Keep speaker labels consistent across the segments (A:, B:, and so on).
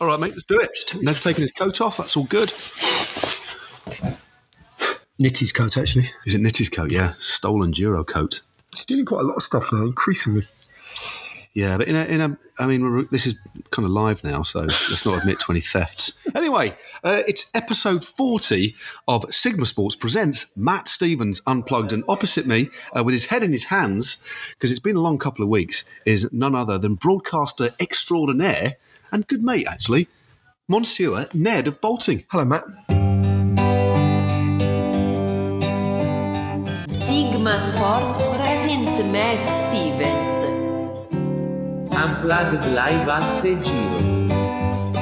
A: All right, mate, let's do it. Ned's taking his coat off. That's all good.
B: Nitty's coat, actually.
A: Is it Nitty's coat? Yeah, stolen Duro coat.
B: Stealing quite a lot of stuff now, increasingly.
A: Yeah, but in a, in a I mean, we're, this is kind of live now, so let's not admit to any thefts. Anyway, uh, it's episode 40 of Sigma Sports Presents Matt Stevens Unplugged, and opposite me, uh, with his head in his hands, because it's been a long couple of weeks, is none other than broadcaster extraordinaire and good mate, actually, Monsieur Ned of Bolting.
B: Hello, Matt.
C: Sigma Sports presents Matt Stevens.
D: Unplugged Live at the Giro.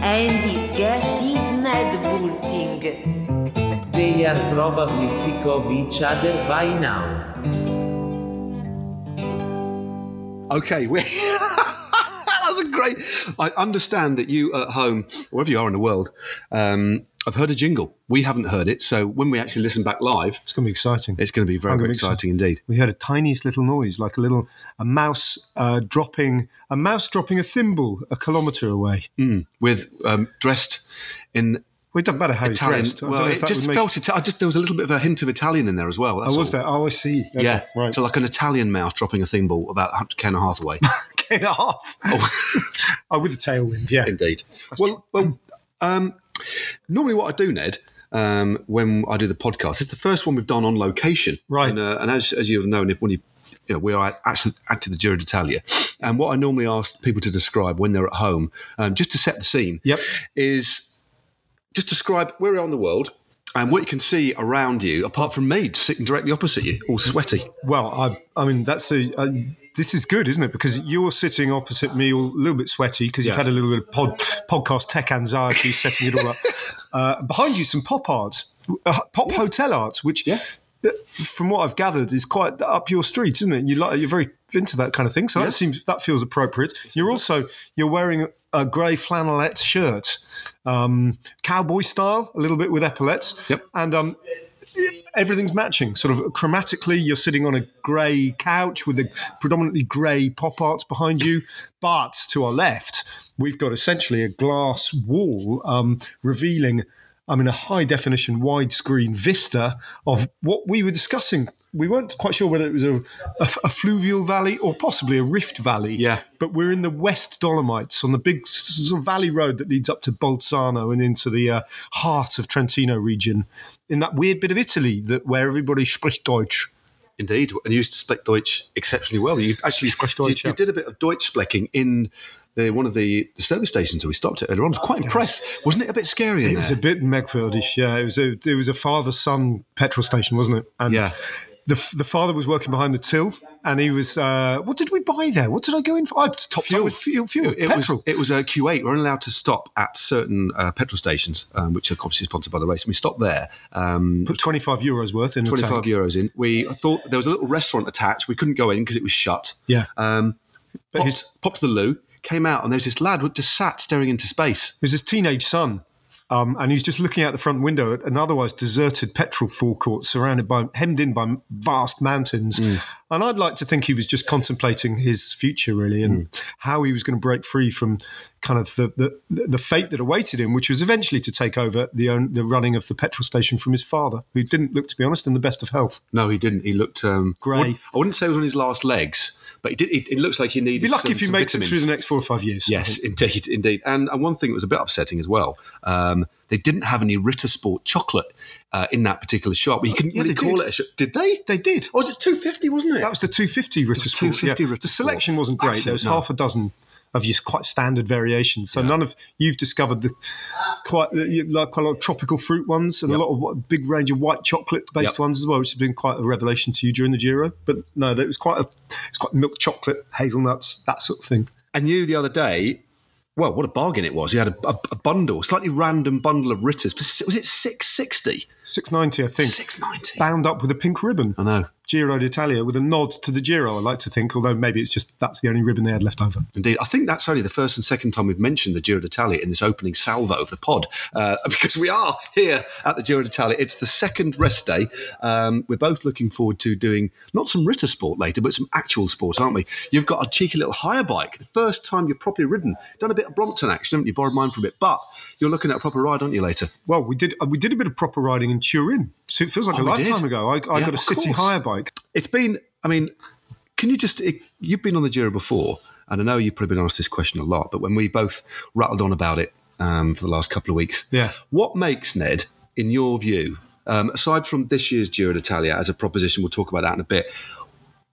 C: And his guest is Ned Bulting.
D: They are probably sick of each other by now.
A: Okay, we. that was a great. I understand that you at home, wherever you are in the world, um, I've heard a jingle. We haven't heard it, so when we actually listen back live,
B: It's going to be exciting.
A: it's going to be very,
B: I'm
A: very
B: gonna be
A: exciting indeed.
B: we heard a tiniest little noise, like a little a mouse uh, dropping a mouse dropping a thimble a kilometre away.
A: Mm. With um, dressed in
B: Well, it doesn't matter how you
A: Italian.
B: dressed. I don't
A: well,
B: know if
A: it
B: that
A: just
B: would make-
A: felt Ita- I just there was a little bit of a hint of Italian in there as well.
B: Oh,
A: That's
B: was
A: all.
B: there? Oh, I see. Okay,
A: Yeah,
B: right.
A: so like an Italian mouse dropping a thing ball about Ken Hathaway.
B: Get off.
A: oh.
B: Oh, with the tailwind. Yeah.
A: Indeed. Well, well um, normally what I do, Ned, um, when I do the podcast, it's the first one we've done on location.
B: Right.
A: And, uh, and as, as you've known, if when you, you know, we are actually at the Giro d'Italia. And what I normally ask people to describe when they're at home, um, just to set the scene,
B: Yep.
A: is just describe where you are in the world and what you can see around you, apart from me sitting directly opposite you, all sweaty.
B: Well, I, I mean, that's a. Uh, this is good, isn't it? Because you're sitting opposite me, all a little bit sweaty because you've
A: Yeah.
B: had a little bit of pod, podcast tech anxiety setting it all up. Uh, behind you, some pop art, uh, pop hotel art, which,
A: Yeah.
B: uh, from what I've gathered, is quite up your street, isn't it? You like, you're very into that kind of thing, so
A: Yeah.
B: that seems that feels appropriate. You're also you're wearing a grey flannelette shirt, um, cowboy style, a little bit with epaulettes,
A: Yep.
B: and um, everything's matching. Sort of chromatically, you're sitting on a grey couch with a predominantly grey pop art behind you. But to our left, we've got essentially a glass wall um, revealing, I mean, a high definition widescreen vista of what we were discussing. We weren't quite sure whether it was a, a, a fluvial valley or possibly a rift valley.
A: Yeah.
B: But we're in the West Dolomites on the big s- sort of valley road that leads up to Bolzano and into the uh, heart of Trentino region, in that weird bit of Italy that where everybody spricht Deutsch.
A: Indeed, and you speak Deutsch exceptionally well. You actually
B: Spreche
A: you,
B: Deutsch,
A: you
B: yeah.
A: did a bit of Deutsch splecking in the, one of the, the service stations that we stopped at earlier on. I was quite impressed, wasn't it? A bit scary. In
B: Oh, It was a bit Megfordish, yeah. It was a it was a father son petrol station, wasn't it? And
A: Yeah.
B: The, f- the father was working behind the till, and he was. Uh, what did we buy there? What did I go in for? I topped up with fuel, fuel
A: it
B: petrol.
A: was it was a Q8. We're only allowed to stop at certain uh, petrol stations, um, which are obviously sponsored by the race. And we stopped there. Um,
B: Put twenty five euros worth in the
A: 25
B: tank.
A: euros in. We thought there was a little restaurant attached. We couldn't go in because it was shut.
B: Yeah,
A: Um,
B: but his,
A: popped, popped to the loo, came out, and there was this lad who just sat staring into space.
B: It was his teenage son, um, and he was just looking out the front window at an otherwise deserted petrol forecourt surrounded by, hemmed in by vast mountains.
A: Mm.
B: And I'd like to think he was just contemplating his future, really, and
A: Mm.
B: how he was going to break free from kind of the, the the fate that awaited him, which was eventually to take over the own, the running of the petrol station from his father, who didn't look, to be honest, in the best of health.
A: No, he didn't. He looked um,
B: Grey.
A: wouldn't- I wouldn't say he was on his last legs, but he did. It, it looks like he needed.
B: Be lucky
A: some,
B: if you
A: some
B: makes it
A: vitamins.
B: through the next four or five years. I
A: Yes,
B: think.
A: indeed, indeed. And, and one thing that was a bit upsetting as well, um, they didn't have any Ritter Sport chocolate uh, in that particular shop. You couldn't
B: Yeah,
A: really
B: Uh, they
A: call
B: did.
A: it a shop. Did they?
B: They did.
A: Oh, was it 250, wasn't it?
B: That was the 250 Ritter Sport.
A: 250 Ritter
B: the
A: Sport.
B: selection wasn't great. there was
A: Excellent, no.
B: half a dozen of your quite standard variations. So none of you've discovered the quite the- you like quite a lot of tropical fruit ones and a lot of what- big range of white chocolate based
A: Yep.
B: ones as well, which has been quite a revelation to you during the Giro. But no, that was quite a it's quite milk chocolate, hazelnuts, that sort of thing.
A: and you the other day, well, what a bargain it was. You had a, a, a bundle, slightly random bundle of Ritters. For, si- was it 660?
B: 690, I think,
A: 690.
B: bound up with a pink ribbon.
A: I know.
B: Giro d'Italia with a nod to the Giro, I like to think, although maybe it's just that's the only ribbon they had left over.
A: Indeed, I think that's only the first and second time we've mentioned the Giro d'Italia in this opening salvo of the pod, uh, because we are here at the Giro d'Italia. It's the second rest day. Um, we're both looking forward to doing not some Ritter sport later, but some actual sport, aren't we? You've got a cheeky little hire bike. The first time you've properly ridden, done a bit of Brompton action, haven't you? Borrowed mine for a bit, but you're looking at a proper ride, aren't you? Later,
B: Well, we did uh, we did a bit of proper riding in Turin, so it feels like
A: Oh,
B: a
A: we
B: lifetime
A: did?
B: ago. I, I
A: Yeah,
B: got a
A: of
B: city
A: course.
B: hire bike.
A: it's been. I mean, can you just? It, you've been on the Giro before, and I know you've probably been asked this question a lot, but when we both rattled on about it um, for the last couple of weeks,
B: Yeah.
A: What makes Ned, in your view, um, aside from this year's Giro d'Italia as a proposition, we'll talk about that in a bit.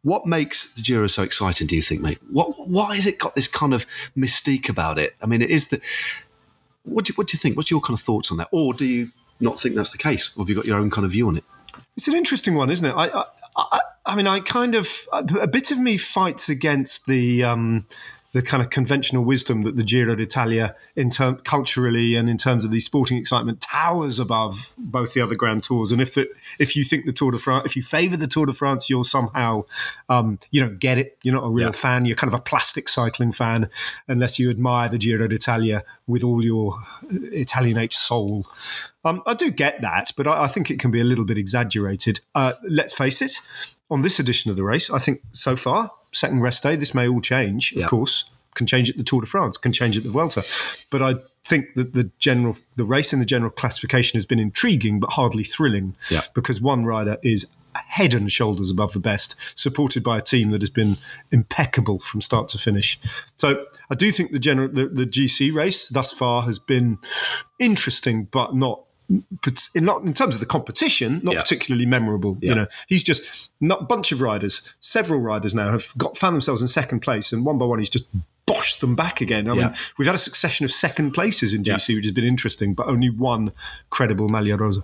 A: What makes the Giro so exciting? Do you think, mate? What why has it got this kind of mystique about it? I mean, it is the. What do you, what do you think? What's your kind of thoughts on that? Or do you not think that's the case? Or have you got your own kind of view on it?
B: It's an interesting one, isn't it? I, I, I, I mean, I kind of a bit of me fights against the um, the kind of conventional wisdom that the Giro d'Italia, in term culturally and in terms of the sporting excitement, towers above both the other Grand Tours. And if the, if you think the Tour de France, if you favour the Tour de France, you're somehow um, you don't get it. You're not a real fan. You're kind of a plastic cycling fan, unless you admire the Giro d'Italia with all your Italianate soul. Um, I do get that, but I, I think it can be a little bit exaggerated. Uh, let's face it, on this edition of the race, I think so far, second rest day, this may all change, of
A: Yeah.
B: course. Can change at the Tour de France, can change at the Vuelta. But I think that the general the race in the general classification has been intriguing but hardly thrilling
A: Yeah.
B: because one rider is head and shoulders above the best, supported by a team that has been impeccable from start to finish. So I do think the general the, the GC race thus far has been interesting, but not. but In, not in terms of the competition, not
A: Yeah.
B: particularly memorable.
A: Yeah.
B: You know, he's just not bunch of riders. Several riders now have got found themselves in second place, and one by one, he's just boshed them back again. I
A: Yeah.
B: mean, we've had a succession of second places in GC, which has been interesting, but only one credible Malia Rosa.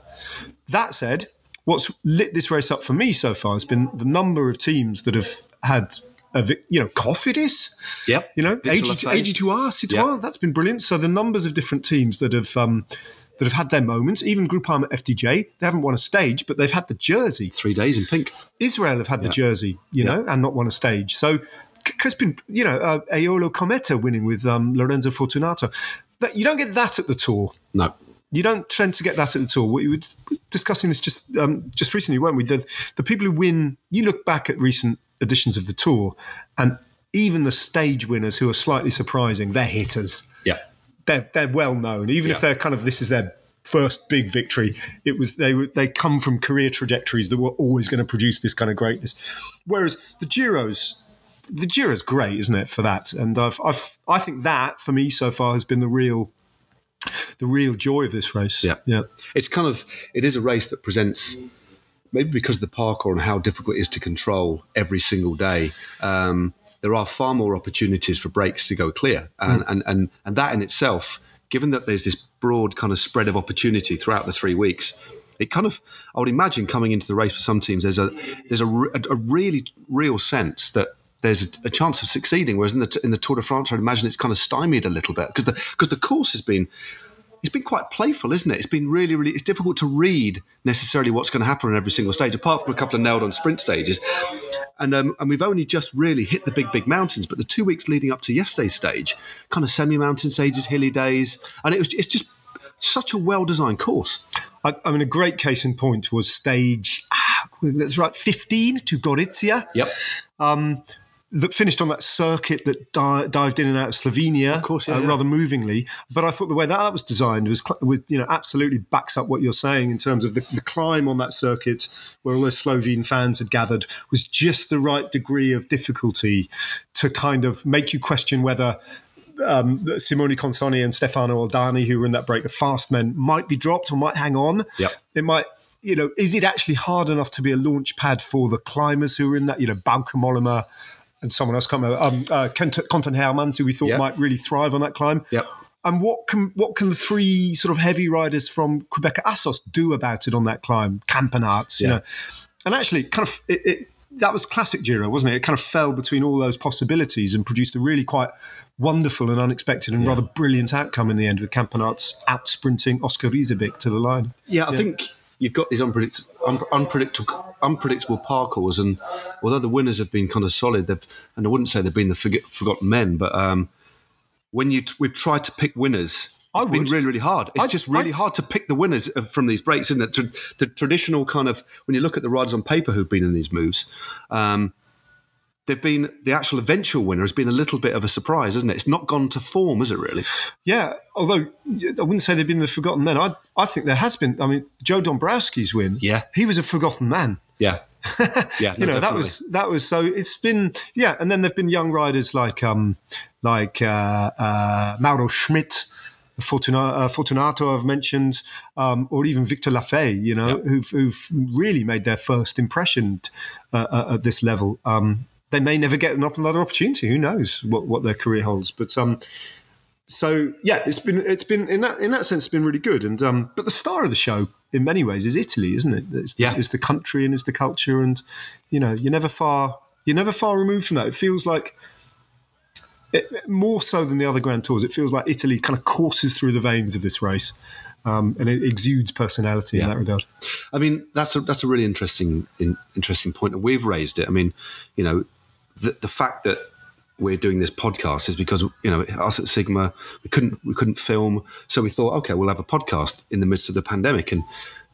B: That said, what's lit this race up for me so far has been the number of teams that have had, a, vi- you know, Cofidis,
A: Yep.
B: you know,
A: Vince
B: AG,
A: Lafay.
B: AG2R, C2R,
A: Yeah.
B: that's been brilliant. So the numbers of different teams that have um, that have had their moments, even Groupama FDJ, they haven't won a stage, but they've had the jersey.
A: Three days in pink.
B: Israel have had the jersey, you know, and not won a stage. So c- it's been, you know, uh, Aeolo Cometa winning with um, Lorenzo Fortunato. That you don't get that at the tour.
A: No.
B: You don't tend to get that at the tour. We were discussing this just um, just recently, weren't we? The, the people who win. You look back at recent editions of the tour, and even the stage winners who are slightly surprising, they're hitters
A: Yeah.
B: they're they're well known. Even
A: Yeah.
B: if they're kind of this is their first big victory, it was they were they come from career trajectories that were always going to produce this kind of greatness. Whereas the Giro's the Giro's great, isn't it, for that? And I've I've I think that for me so far has been the real the real joy of this race.
A: Yeah.
B: Yeah.
A: it's kind of it is a race that presents maybe because of the parkour and how difficult it is to control every single day um, there are far more opportunities for breaks to go clear and, and and and that in itself given that there's this broad kind of spread of opportunity throughout the three weeks it kind of i would imagine coming into the race for some teams there's a there's a, re- a really real sense that there's a, a chance of succeeding whereas in the in the tour de france i'd imagine it's kind of stymied a little bit because the because the course has been it's been quite playful, isn't it? It's been really, really. It's difficult to read necessarily what's going to happen on every single stage, apart from a couple of nailed on sprint stages. And um, and we've only just really hit the big, big mountains. But the two weeks leading up to yesterday's stage, kind of semi mountain stages, hilly days, and it was it's just such a well designed course.
B: I, I mean, a great case in point was stage, ah, that's right, 15 to Gorizia.
A: Yep.
B: that finished on that circuit that di- dived in and out of Slovenia, of
A: course, yeah,
B: uh,
A: yeah.
B: rather movingly. But I thought the way that, was designed was, cl- was, you know, absolutely backs up what you're saying in terms of the, the climb on that circuit where all those Slovene fans had gathered was just the right degree of difficulty to kind of make you question whether. Um, Simone Consoni and Stefano Aldani, who were in that break, the fast men, might be dropped or might hang on.
A: Yep.
B: It might, you know, is it actually hard enough to be a launch pad for the climbers who are in that, you know, Bauke Mollema, and someone else, can't remember, um, uh, Kent, Conton Hermans, who we thought
A: Yep.
B: might really thrive on that climb.
A: Yep.
B: And what can what can the three sort of heavy riders from Quebec Assos do about it on that climb? Campanarts, you
A: Yeah.
B: know. And actually, kind of, it, it, that was classic Giro, wasn't it? It kind of fell between all those possibilities and produced a really quite wonderful and unexpected and rather brilliant outcome in the end with Campanarts out sprinting Oscar Rizovic to the line.
A: Yeah, I think you've got these unpredict- un- unpredictable unpredictable parkours, and although the winners have been kind of solid, they've and I wouldn't say they've been the forget, forgotten men, but um, when you t- we've tried to pick winners.
B: I
A: It's been
B: would.
A: really, really hard. It's
B: I'd-
A: just really
B: I'd-
A: hard to pick the winners of- from these breaks, isn't it? Tr- The traditional kind of when you look at the riders on paper who've been in these moves, um, they've been the actual eventual winner has been a little bit of a surprise, isn't it? It's not gone to form, is it? Really?
B: Yeah, although I wouldn't say they've been the forgotten men. I I think there has been. I mean, Joe Dombrowski's win.
A: Yeah.
B: he was a forgotten man.
A: Yeah, yeah. no,
B: you know that
A: definitely.
B: was that was so it's been yeah and then there've been young riders like um like uh uh mauro schmidt Fortuna- uh, Fortunato, I've mentioned, um, or even Victor Lafay, you know, who've, who've really made their first impression uh, uh, at this level. Um, they may never get an, op- another opportunity. Who knows what, what their career holds? But um, so yeah, it's been it's been in that in that sense, it's been really good. And um, but the star of the show in many ways is Italy, isn't it? It's the,
A: Yeah.
B: it's the country and it's the culture, and you know, you're never far you're never far removed from that. It feels like it, more so than the other Grand Tours, it feels like Italy kind of courses through the veins of this race, um, and it exudes personality in
A: Yeah.
B: that regard.
A: I mean, that's a that's a really interesting in, interesting point, and we've raised it. I mean, you know, the, the fact that we're doing this podcast is because you know us at Sigma we couldn't we couldn't film, so we thought, okay, we'll have a podcast in the midst of the pandemic, and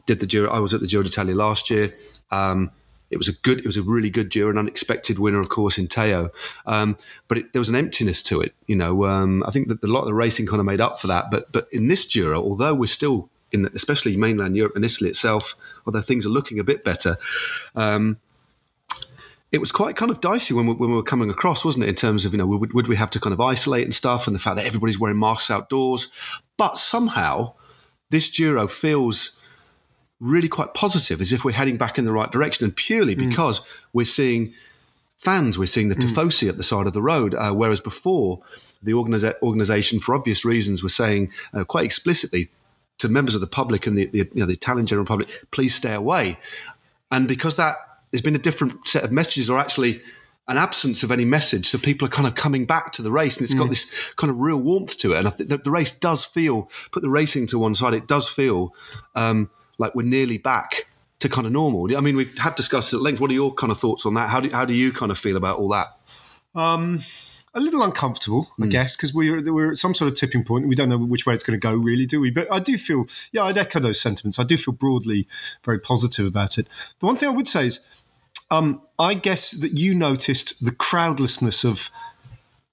A: did the Giro. I was at the Giro d'Italia last year. Um, it was a good, it was a really good Giro, an unexpected winner, of course, in Teo. Um, but it, there was an emptiness to it, you know. Um, I think that a lot of the racing kind of made up for that. But but in this Giro, although we're still in, the, especially mainland Europe and Italy itself, although things are looking a bit better, um, it was quite kind of dicey when we, when we were coming across, wasn't it? In terms of you know, would, would we have to kind of isolate and stuff, and the fact that everybody's wearing masks outdoors, but somehow this Giro feels really quite positive, as if we're heading back in the right direction, and purely because we're seeing fans, we're seeing the tifosi at the side of the road, uh, whereas before the organisa- organisation, for obvious reasons, were saying uh, quite explicitly to members of the public and the, the, you know, the Italian general public, please stay away. And because that there's been a different set of messages, or actually an absence of any message, so people are kind of coming back to the race, and it's got this kind of real warmth to it. And I think the, the race does feel, put the racing to one side, it does feel um, like we're nearly back to kind of normal. I mean, we have discussed at length. What are your kind of thoughts on that? How do how do you kind of feel about all that?
B: a little uncomfortable, I guess, because we're we're at some sort of tipping point. We don't know which way it's going to go, really, do we? But I do feel, yeah, I'd echo those sentiments. I do feel broadly very positive about it. The one thing I would say is, um, I guess that you noticed the crowdlessness of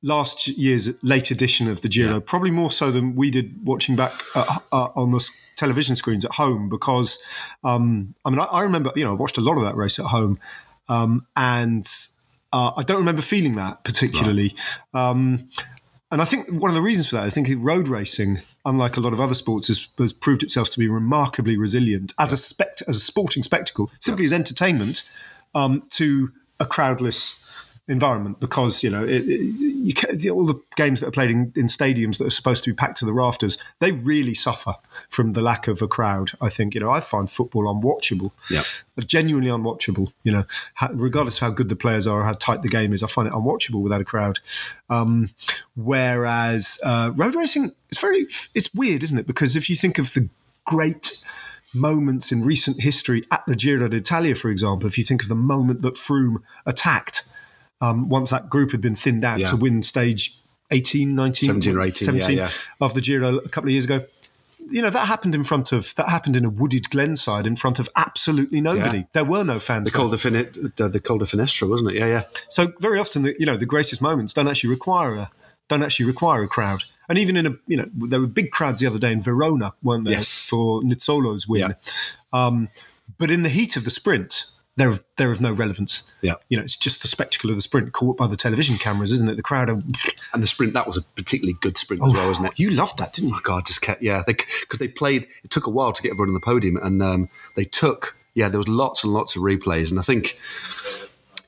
B: last year's late edition of the Giro, probably more so than we did watching back uh, uh, on the s- television screens at home. Because um, I mean, I, I remember, you know, I watched a lot of that race at home, um, and uh, I don't remember feeling that particularly. Um, and I think one of the reasons for that, I think road racing, unlike a lot of other sports, has, has proved itself to be remarkably resilient as a spect- as a sporting spectacle, simply as entertainment, um, to a crowdless environment because you know it, it, you ca all the games that are played in, in stadiums that are supposed to be packed to the rafters they really suffer from the lack of a crowd i think you know i find football unwatchable Uh,
A: Yeah.
B: genuinely unwatchable you know Ha- regardless of how good the players are or how tight the game is i find it unwatchable without a crowd um, whereas uh, road racing it's very it's weird isn't it because if you think of the great moments in recent history at the Giro d'Italia, for example, if you think of the moment that Froome attacked, um, once that group had been thinned out
A: Yeah.
B: to win stage 18, 19,
A: 17 or 18, yeah, yeah.
B: of the Giro a couple of years ago. You know that happened in front of that happened in a wooded glenside in front of absolutely nobody.
A: Yeah.
B: There were no fans.
A: The
B: there.
A: Col de Fini- the, the Col de Finestra, wasn't it? Yeah, yeah.
B: So very often, the, you know, the greatest moments don't actually require a don't actually require a crowd. And even in a, you know, there were big crowds the other day in Verona, weren't there,
A: Yes.
B: for Nizzolo's win.
A: Yeah.
B: Um, but in the heat of the sprint, they're of, they're of no relevance.
A: Yeah.
B: You know, it's just the spectacle of the sprint caught by the television cameras, isn't it? The crowd are,
A: And the sprint that was a particularly good sprint
B: oh,
A: as well, wasn't it?
B: you loved that, didn't you?
A: Oh God, just kept yeah. Because they, played. It took a while to get everyone on the podium, and um, they took yeah. There was lots and lots of replays, and I think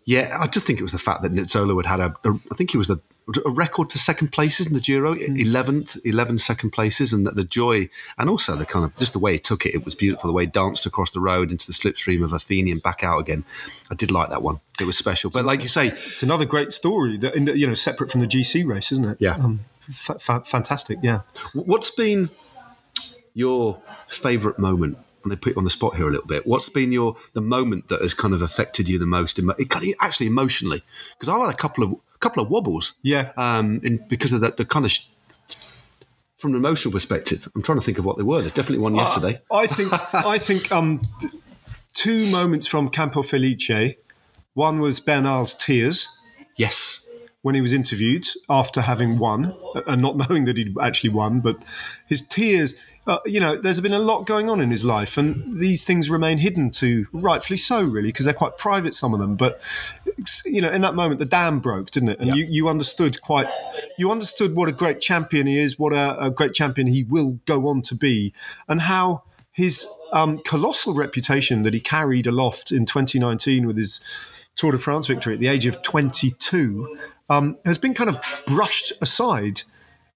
A: yeah, I just think it was the fact that Nizzolo had had a, a I think he was the a record to second places in the Giro,
B: Hmm.
A: eleventh, 11 second places, and the joy and also the kind of just the way he took it. It was beautiful. The way he danced across the road into the slipstream of Athene and back out again. I did like that one. It was special. But like you say,
B: It's another great story that, in the, you know, separate from the GC race, isn't it?
A: Yeah.
B: Um, fa- fa- fantastic. Yeah.
A: What's been your favourite moment I'm going to put you on the spot here a little bit. What's been your the moment that has kind of affected you the most? emo- It kind of, actually emotionally, because I had a couple of couple of wobbles.
B: Yeah.
A: Um, in, because of that, the kind of sh- from an emotional perspective, I'm trying to think of what they were. There's definitely one yesterday.
B: I think I think um, th- two moments from Campo Felice. One was Bernard's tears
A: Yes.
B: when he was interviewed after having won uh, and not knowing that he'd actually won, but his tears. Uh, you know, there's been a lot going on in his life, and these things remain hidden to rightfully so, really, because they're quite private, some of them. But it's- you know, in that moment, the dam broke, didn't it? And you, you understood quite, you understood what a great champion he is, what a, a great champion he will go on to be, and how his um, colossal reputation that he carried aloft in 2019 with his Tour de France victory at the age of 22 um, has been kind of brushed aside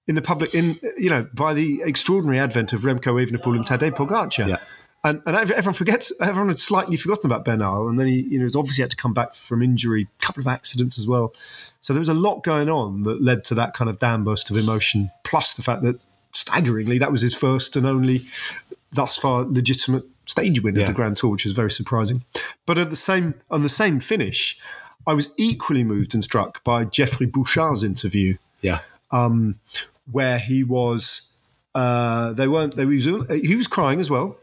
B: in the public, in you know, by the extraordinary advent of Remco Evenepoel and Tadej Pogacar.
A: Yeah.
B: And, and ev- everyone forgets. Everyone had slightly forgotten about Bernal, and then he, you know, he's obviously had to come back from injury, a couple of accidents as well. So there was a lot going on that led to that kind of dam burst of emotion. Plus the fact that staggeringly, that was his first and only thus far legitimate stage win of
A: Yeah.
B: the Grand Tour, which is very surprising. But at the same on the same finish, I was equally moved and struck by Geoffrey Bouchard's interview,
A: Yeah.
B: where he was uh, they weren't they he was, he was crying as well.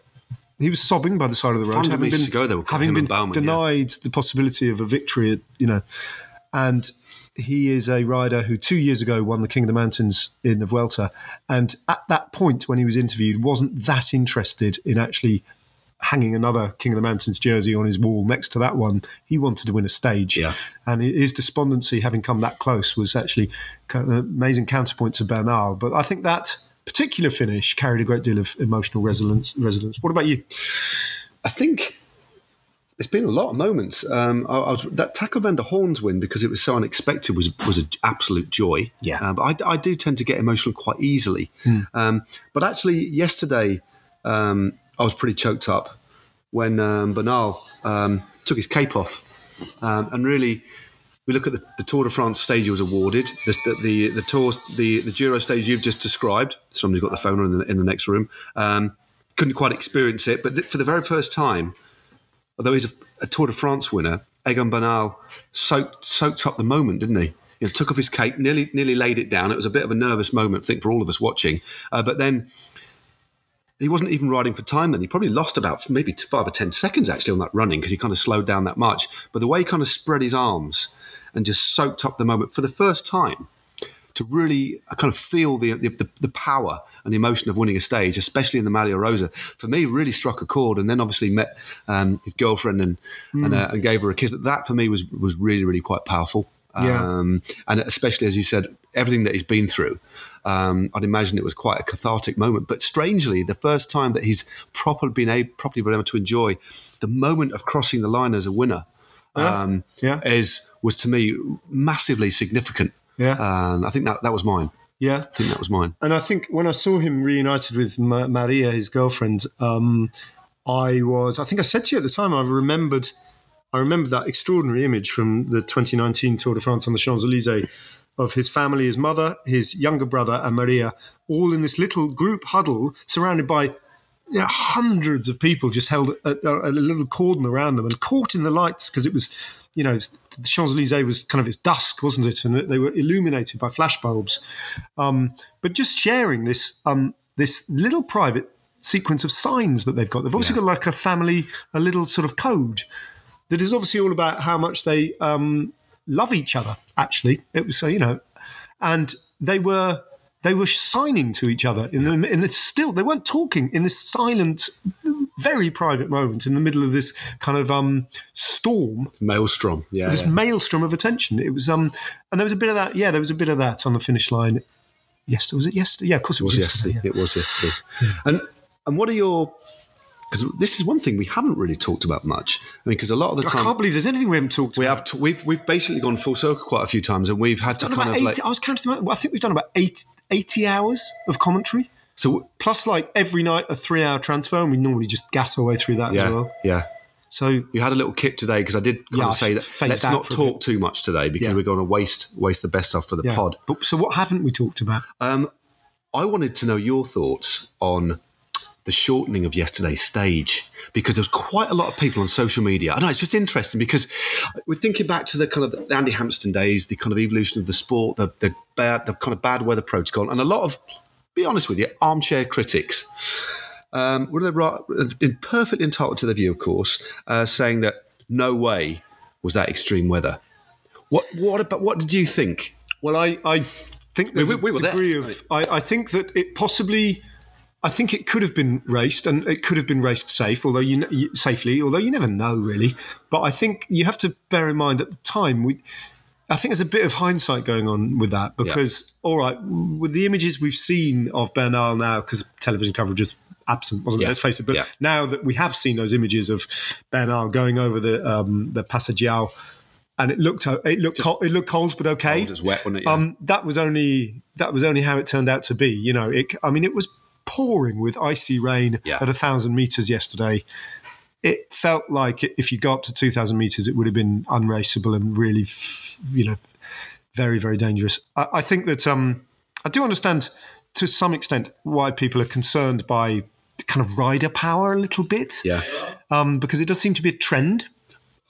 B: He was sobbing by the side of the road,
A: Fun meets to go there,
B: having
A: him
B: been
A: and Bauman, yeah.
B: denied the possibility of a victory. At, you know, and he is a rider who two years ago won the King of the Mountains in the Vuelta, and at that point when he was interviewed, wasn't that interested in actually hanging another King of the Mountains jersey on his wall next to that one. He wanted to win a stage,
A: Yeah.
B: and his despondency, having come that close, was actually kind of an amazing counterpoint to Bernal. But I think that particular finish carried a great deal of emotional resonance. resonance. What about you?
A: I think there's been a lot of moments. Um, I, I was, that Taco van der Horn's win because it was so unexpected was was an absolute joy.
B: Yeah.
A: Uh, but I, I do tend to get emotional quite easily. Um, but actually, yesterday um, I was pretty choked up when um, Bernal um, took his cape off um, and really. We look at the, the Tour de France stage he was awarded. The the the, the tour the the Giro stage you've just described. Somebody's got the phone in the, in the next room. Um, couldn't quite experience it, but th- for the very first time, although he's a, a Tour de France winner, Egan Bernal soaked, soaked up the moment, didn't he? You know, took off his cape, nearly nearly laid it down. It was a bit of a nervous moment, I think, for all of us watching. Uh, but then he wasn't even riding for time. Then he probably lost about maybe t- five or ten seconds actually on that running because he kind of slowed down that much. But the way he kind of spread his arms and just soaked up the moment for the first time to really uh, kind of feel the, the, the, the power and the emotion of winning a stage, especially in the Malia Rosa, for me really struck a chord. And then obviously met um, his girlfriend and and, uh, and gave her a kiss. That for me was was really really quite powerful.
B: Yeah.
A: Um, and especially as you said, everything that he's been through, um, I'd imagine it was quite a cathartic moment. But strangely, the first time that he's properly been able, properly been able to enjoy the moment of crossing the line as a winner um,
B: Yeah.
A: is was to me massively significant.
B: Yeah.
A: and I think that that was mine.
B: Yeah,
A: I think that was mine.
B: And I think when I saw him reunited with Ma- Maria, his girlfriend, um, I was, I think I said to you at the time, I remembered, I remembered that extraordinary image from the 2019 Tour de France on the Champs Elysees of his family, his mother, his younger brother, and Maria, all in this little group huddle surrounded by you know, hundreds of people just held a, a, a little cordon around them and caught in the lights because it was, you know, the Champs Elysees was kind of it's dusk, wasn't it? And they were illuminated by flashbulbs. Um, but just sharing this um, this little private sequence of signs that they've got. They've obviously got like a family, a little sort of code that is obviously all about how much they um, love each other. Actually, it was so you know, and they were they were signing to each other in the in the still they weren't talking in this silent. Very private moment in the middle of this kind of um, storm,
A: Maelstrom. Oh, Yeah.
B: this maelstrom of attention. It was, um, and there was a bit of that. Yeah, there was a bit of that on the finish line. Yesterday was it yesterday? Yeah, of course it was,
A: was
B: yesterday.
A: yesterday. It was yesterday. And and what are your? Because this is one thing we haven't really talked about much. I mean, because a lot of the
B: yeah. I
A: time
B: can't believe there's anything we haven't talked
A: we
B: about.
A: have t- we've we've basically gone full circle quite a few times, and we've had to
B: Done
A: kind
B: about
A: of
B: 80,
A: like
B: I was counting. them out. Well, I think we've done about eight, 80 hours of commentary.
A: so
B: Plus, like every night, a three-hour transfer, and we normally just gas our way through that
A: yeah
B: as well.
A: yeah.
B: So
A: You had a little kip today because I did kind
B: Yeah, I
A: of say
B: should
A: that
B: phase
A: let's
B: that
A: not
B: for a
A: talk too much today because
B: Yeah.
A: we're going to waste waste the best stuff for the
B: yeah.
A: pod.
B: But so, what haven't we talked about?
A: Um, I wanted to know your thoughts on the shortening of yesterday's stage because there was quite a lot of people on social media. I know it's just interesting because we're thinking back to the kind of Andy Hampston days, the kind of evolution of the sport, the the bad, the kind of bad weather protocol, and a lot of, be honest with you, armchair critics. Um, were they right, in perfect entitled to their view, of course, uh, saying that no way was that extreme weather. What what about what did you think?
B: Well, I, I think there's
A: we- we
B: a
A: were there.
B: degree of. I, I think that it possibly. I think it could have been raced, and it could have been raced safe, although you, kn- you safely, although you never know really. But I think you have to bear in mind at the time we. I think there's a bit of hindsight going on with that because, all right, with the images we've seen of Bernal now, because television coverage is absent, wasn't it?
A: Yeah.
B: Let's face it. But
A: Yeah.
B: now that we have seen those images of Bernal going over the um, the Passagiao, and it looked o- it looked cold, it looked cold, but okay.
A: It was wet, wasn't it? Yeah.
B: Um, that was only that was only how it turned out to be. You know, it, I mean, it was pouring with icy rain
A: Yeah.
B: at a thousand meters yesterday. It felt like it, if you go up to two thousand meters, it would have been unraceable and really, f- you know, very very dangerous. I, I think that um, I do understand to some extent why people are concerned by kind of rider power a little bit,
A: yeah,
B: um, because it does seem to be a trend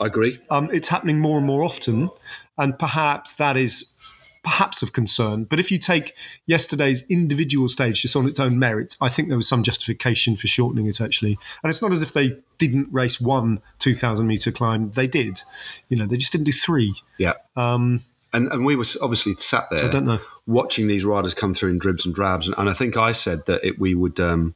A: I agree.
B: um, it's happening more and more often, and perhaps that is perhaps of concern. But if you take yesterday's individual stage just on its own merits, I think there was some justification for shortening it actually. And it's not as if they didn't race one 2,000 meter climb; they did. You know, they just didn't do three.
A: Yeah. Um, and and we were s- obviously sat there.
B: don't know.
A: Watching these riders come through in dribs and drabs, and, and I think I said that it, we would. Um,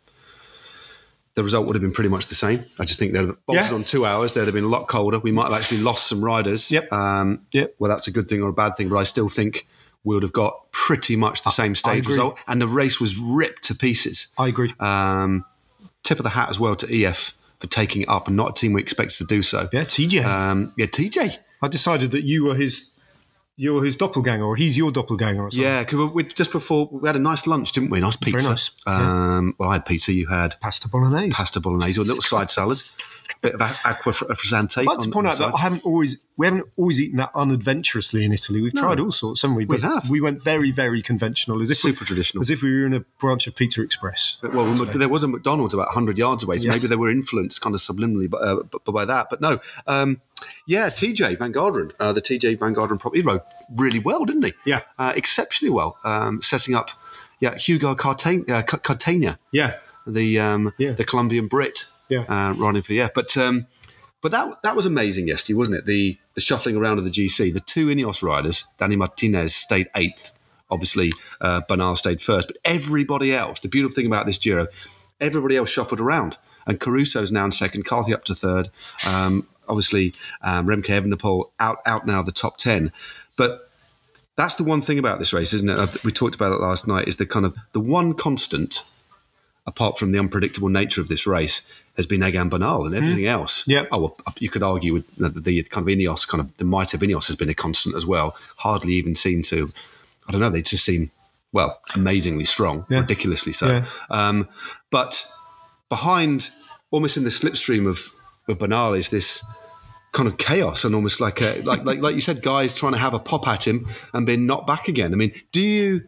A: the result would have been pretty much the same. I just think they'd have bolted
B: Yeah.
A: on two hours. They'd have been a lot colder. We might have actually lost some riders.
B: Yep.
A: Um,
B: Yep.
A: Well, that's a good thing or a bad thing, but I still think we would have got pretty much the same stage
B: agree.
A: result, and the race was ripped to pieces.
B: I agree.
A: Um, tip of the hat as well to EF for taking it up, and not a team we expected to do so.
B: yeah, TJ.
A: Um, yeah, TJ.
B: I decided that you were his, you were his doppelganger, or he's your doppelganger, or something.
A: Yeah, because we, we just before we had a nice lunch, didn't we? Nice pizza.
B: nice,
A: Um, Well, I had pizza. You had
B: Pasta bolognese.
A: pasta bolognese, or a little side salad, bit of a- aqua fr- frizzante.
B: I'd like to
A: on-
B: point
A: on
B: out
A: the
B: that I
A: side.
B: haven't always we haven't always eaten that unadventurously in Italy. We've tried all sorts, haven't we? But
A: have.
B: we went very, very conventional, as if
A: Super traditional.
B: as if we were in a branch of Pizza Express.
A: But, well, there was a McDonald's about 100 yards away, so maybe they were influenced kind of subliminally by, uh, b- by that. But no, um, yeah, TJ Van Garderen, uh, the TJ Van Garderen prop, he rode really well, didn't he?
B: Yeah.
A: Uh, exceptionally well, um, setting up yeah, Hugo Cartagena, uh, Ca- Cartagena
B: Yeah,
A: the um,
B: Yeah.
A: the Colombian Brit
B: Yeah.
A: uh, riding for yeah. But um, but that that was amazing yesterday, wasn't it? The the shuffling around of the GC. The two Ineos riders, Danny Martinez stayed eighth. Obviously, uh, Bernal stayed first, but everybody else. The beautiful thing about this Giro, everybody else shuffled around, and Caruso's now in second, Carthy up to third. Um, obviously, um, Remke Evenepoel out out now of the top ten, but that's the one thing about this race, isn't it? Uh, We talked about it last night. Is the kind of the one constant, apart from the unpredictable nature of this race, has been Egan Bernal and everything else.
B: Yep.
A: Oh, well, you could argue with the, the kind of Ineos, kind of the might of Ineos has been a constant as well. Hardly even seem to, I don't know. They just seem well, amazingly strong, ridiculously so.
B: Yeah.
A: Um, but behind, almost in the slipstream of of Bernal, is this kind of chaos and almost like a like like like you said, guys trying to have a pop at him and being knocked back again. I mean, do you?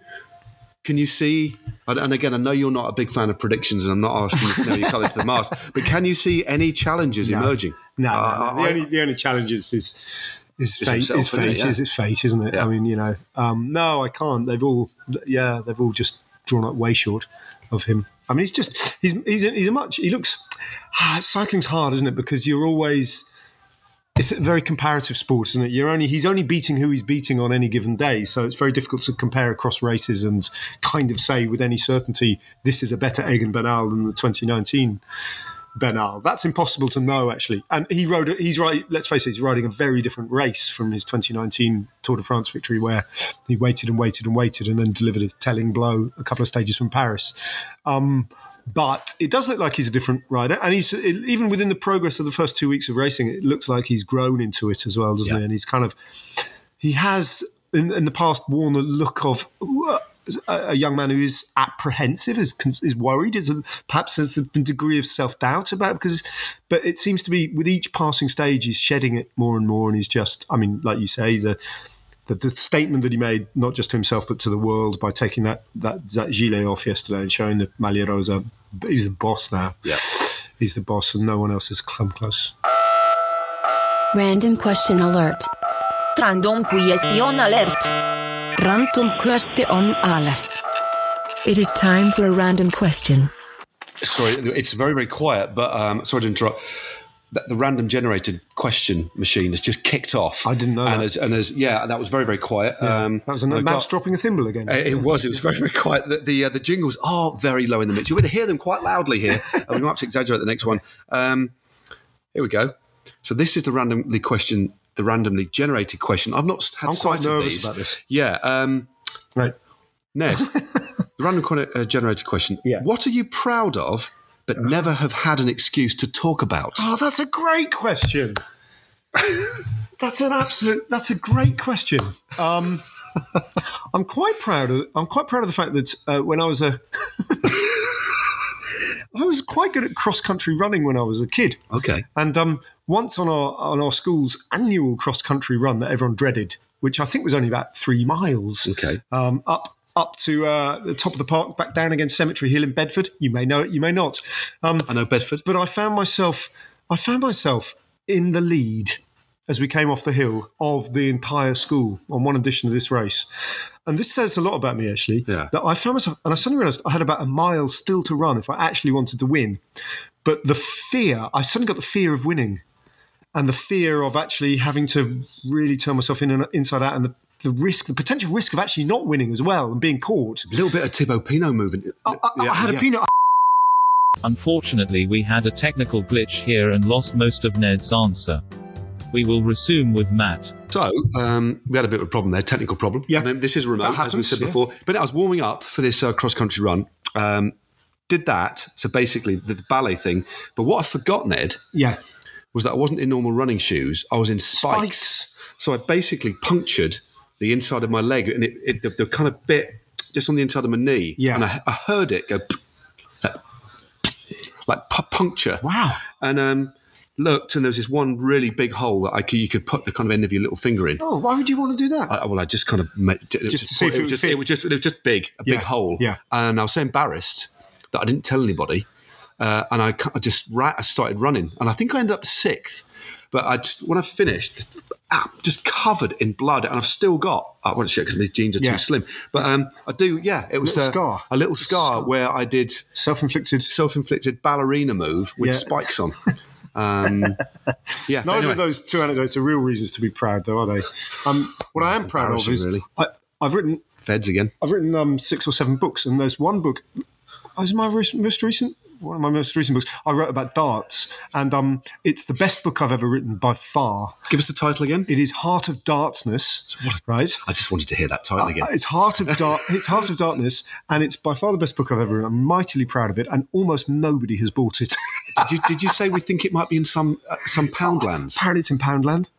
A: Can you see? And and again, I know you're not a big fan of predictions, and I'm not asking you to know your colour to the mast. But can you see any challenges emerging?
B: no,
A: Uh,
B: no, no.
A: I-
B: the only the only challenge is is, is fate,
A: himself,
B: is
A: isn't
B: fate,
A: it? Yeah.
B: is it fate, isn't it?
A: Yeah.
B: I mean, you know, um, no, I can't. They've all, yeah, they've all just drawn up way short of him. I mean, he's just he's he's a, he's a much. He looks. Ah, cycling's hard, isn't it? Because you're always. It's a very comparative sport, isn't it? You're only he's only beating who he's beating on any given day, so it's very difficult to compare across races and kind of say with any certainty this is a better Egan Bernal than the 2019 Bernal. That's impossible to know, actually. And he rode. He's right. Let's face it. He's riding a very different race from his 2019 Tour de France victory, where he waited and waited and waited, and then delivered a telling blow a couple of stages from Paris. Um, but it does look like he's a different rider, and he's even within the progress of the first two weeks of racing, it looks like he's grown into it as well, doesn't he? And he's kind of he has in, in the past worn the look of uh, a, a young man who is apprehensive, is con- is worried, is perhaps has been degree of self doubt about because, but it seems to be with each passing stage he's shedding it more and more, and he's just, I mean, like you say, the the, the statement that he made, not just to himself but to the world, by taking that that, that gilet off yesterday and showing that Malia Rosa he's the boss now.
A: Yeah.
B: He's the boss, and no one else has come close.
E: Random question alert.
C: Random question alert.
E: Random question alert. It is time for a random question.
A: Sorry, it's very, very quiet, but um, sorry to interrupt. That- The random generated question machine has just kicked off.
B: I didn't know
A: And
B: that.
A: there's, and there's, yeah, that was very, very quiet. Um,
B: That was a
A: I
B: mouse
A: got-
B: dropping a thimble again.
A: Uh, It was. It was very, very quiet. The the, uh, the jingles are very low in the mix. You're going to hear them quite loudly here. Uh, we might have to exaggerate the next one. Um, here we go. So this is the randomly question, the randomly generated question. I've not had
B: I'm
A: sight
B: quite
A: of
B: nervous
A: these.
B: about this.
A: Yeah. Um,
B: Right.
A: Ned, the random qu- uh, generated question.
B: Yeah. Uh-huh.
A: What are you proud of, but never have had an excuse to talk about?
B: Oh, that's a great question. that's an absolute. That's a great question. Um, I'm quite proud of. I'm quite proud of the fact that uh, when I was a, I was quite good at cross country running when I was a kid.
A: Okay.
B: And um, once on our on our school's annual cross country run that everyone dreaded, which I think was only about three miles.
A: Okay.
B: Um, up up to uh, the top of the park, back down against Cemetery Hill in Bedford. You may know it. You may not. Um,
A: I know Bedford.
B: but I found myself I found myself in the lead as we came off the hill of the entire school on one edition of this race. And this says a lot about me actually.
A: Yeah.
B: That I found myself and I suddenly realized I had about a mile still to run if I actually wanted to win. But the fear, I suddenly got the fear of winning and the fear of actually having to really turn myself in and inside out and the, the risk, the potential risk of actually not winning as well and being caught.
A: A little bit of Thibaut Pinot moving.
B: Oh, I, I, I had a peanut
F: Unfortunately, we had a technical glitch here and lost most of Ned's answer. We will resume with Matt.
A: So um, we had a bit of a problem there, technical problem.
B: Yeah.
A: I mean, this is remote,
B: That
A: as we
B: happens,
A: said
B: yeah.
A: before. But I was warming up for this uh, cross country run. Um, did that. So basically, the, the ballet thing. But what I forgot, Ned,
B: Yeah.
A: was that I wasn't in normal running shoes. I was in spikes.
B: Spikes.
A: So I basically punctured the inside of my leg, and it, it the, the kind of bit just on the inside of my knee.
B: Yeah.
A: And I, I heard it go like pu- puncture
B: Wow.
A: and um, looked, and there was this one really big hole that I could, you could put the kind of end of your little finger in.
B: Oh, why would you want to do that?
A: I, well, I just kind of made, it was
B: Just to see if it
A: was
B: would
A: just,
B: fit.
A: it was just it was just big, a
B: Yeah,
A: big hole.
B: yeah.
A: and I was so embarrassed that I didn't tell anybody, uh, and I, ca- I just ra- I started running, and I think I ended up sixth. But I just, when I finished, ah, just covered in blood, and I've still got. I won't show because my jeans are
B: Yeah.
A: too slim. But um, I do. Yeah, it was
B: Little
A: a
B: scar.
A: a little scar where I did
B: Self-inflicted
A: self-inflicted ballerina move with
B: Yeah.
A: spikes on. Um, yeah,
B: Neither
A: anyway.
B: of those two anecdotes are real reasons to be proud, though, are they? Um, what I am proud of
A: embarrassing,
B: is
A: really.
B: I, I've written
A: feds again.
B: I've written um, six or seven books, and there's one book. I was my most most recent one of my most recent books. I wrote about darts, and um, it's the best book I've ever written by far.
A: Give us the title again.
B: It is Heart of Dartsness, right?
A: I just wanted to hear that title again.
B: Uh, It's Heart of Dark. it's Heart of Darkness, and it's by far the best book I've ever written. I'm mightily proud of it, and almost nobody has bought it.
A: did you did you say we think it might be in some uh, some Poundlands?
B: Apparently, it's in Poundland.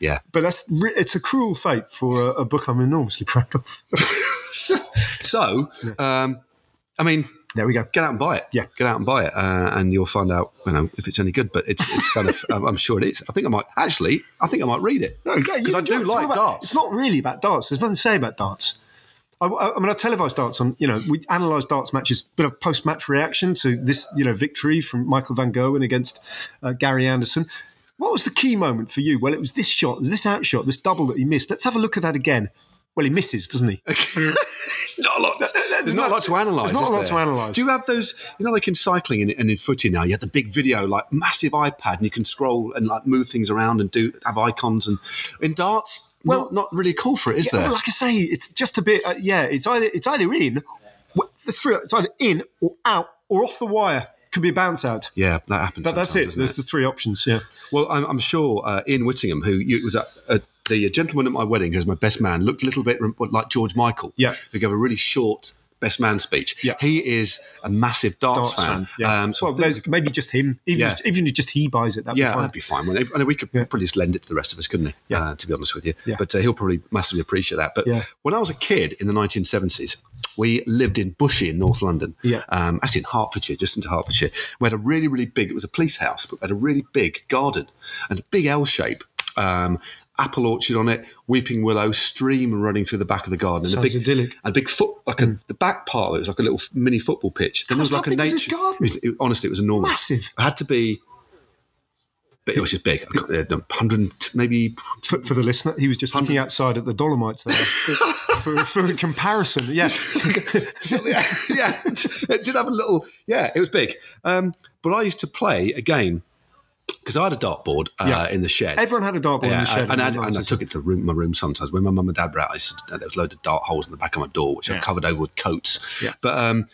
A: Yeah.
B: But that's re- it's a cruel fate for a, a book I'm enormously proud of.
A: So, um, I mean,
B: there we go.
A: get out and buy it.
B: Yeah.
A: get out and buy it, uh, and you'll find out you know if it's any good. But it's it's kind of um, I'm sure it is. I think I might actually. I think I might read it
B: No, yeah, you-
A: because I do
B: it's all
A: like
B: about-
A: darts.
B: It's not really about darts. There's nothing to say about darts. I, I I mean, I televised darts on, you know, we analysed darts matches, bit of post match reaction to this, you know, victory from Michael Van Gerwen against uh, Gary Anderson. What was the key moment for you? Well, it was this shot, it was this outshot, this double that he missed. Let's have a look at that again. Well, he misses, doesn't he?
A: It's not a lot. There's not,
B: not-
A: a lot to analyse.
B: there's not
A: is
B: a lot
A: there?
B: to analyse.
A: Do you have those? You know, like in cycling and, and in footy now, you have the big video, like massive iPad, and you can scroll and like move things around and do have icons. And in darts, well,
B: Well-
A: not, not really a call for it, is
B: Yeah,
A: there?
B: well, like I say, it's just a bit. Uh, yeah, it's either it's either in, well, it's three- it's either in or out or off the wire. Could be a bounce out.
A: yeah, that happens.
B: But that's
A: sometimes, doesn't
B: it. There's the three options. Yeah.
A: Well, I'm, I'm sure uh, Ian Whittingham, who you, was at, uh, the gentleman at my wedding, who's my best man, looked a little bit rem- like George Michael.
B: Yeah.
A: who gave a really short best man speech.
B: Yeah.
A: he is a massive darts,
B: Darts fan,
A: fan.
B: Yeah.
A: Um, so
B: well,
A: I think-
B: there's maybe just him. Even
A: Yeah.
B: if, even if just he buys it, that'd
A: yeah,
B: be fine.
A: that'd be fine. wouldn't it? And we could
B: Yeah.
A: probably just lend it to the rest of us, couldn't he?
B: Yeah.
A: Uh, to be honest with you,
B: Yeah.
A: but uh, he'll probably massively appreciate that. But
B: Yeah.
A: when I was a kid in the 1970s, we lived in Bushy in North London.
B: Yeah.
A: Um, actually, in Hertfordshire, just into Hertfordshire. We had a really, really big. It was a police house, but we had a really big garden and a big L shape. Um, apple orchard on it, weeping willow, stream running through the back of the garden. And
B: Sounds
A: a big,
B: idyllic.
A: And a big foot, like a, the back part of it was like a little mini football pitch. Then there was
B: Christ,
A: like
B: how
A: a
B: big was
A: nature.
B: this garden?
A: It, it- honestly, it was enormous.
B: Massive.
A: It had to be. But it was just big. I can't- uh, 100, maybe
B: For, for the listener, he was just looking outside at the Dolomites there for, for a comparison. Yeah,
A: yeah, yeah. It did have a little. Yeah, it was big. Um, but I used to play a game because I had a dartboard uh,
B: Yeah.
A: in the shed.
B: everyone had a dartboard in
A: Yeah,
B: the shed.
A: and, I,
B: in the
A: and I
B: 90s.
A: took it to the room, my room sometimes. When my mum and dad were out, I used to, there was loads of dart holes in the back of my door, which I covered over with coats.
B: Yeah.
A: But um,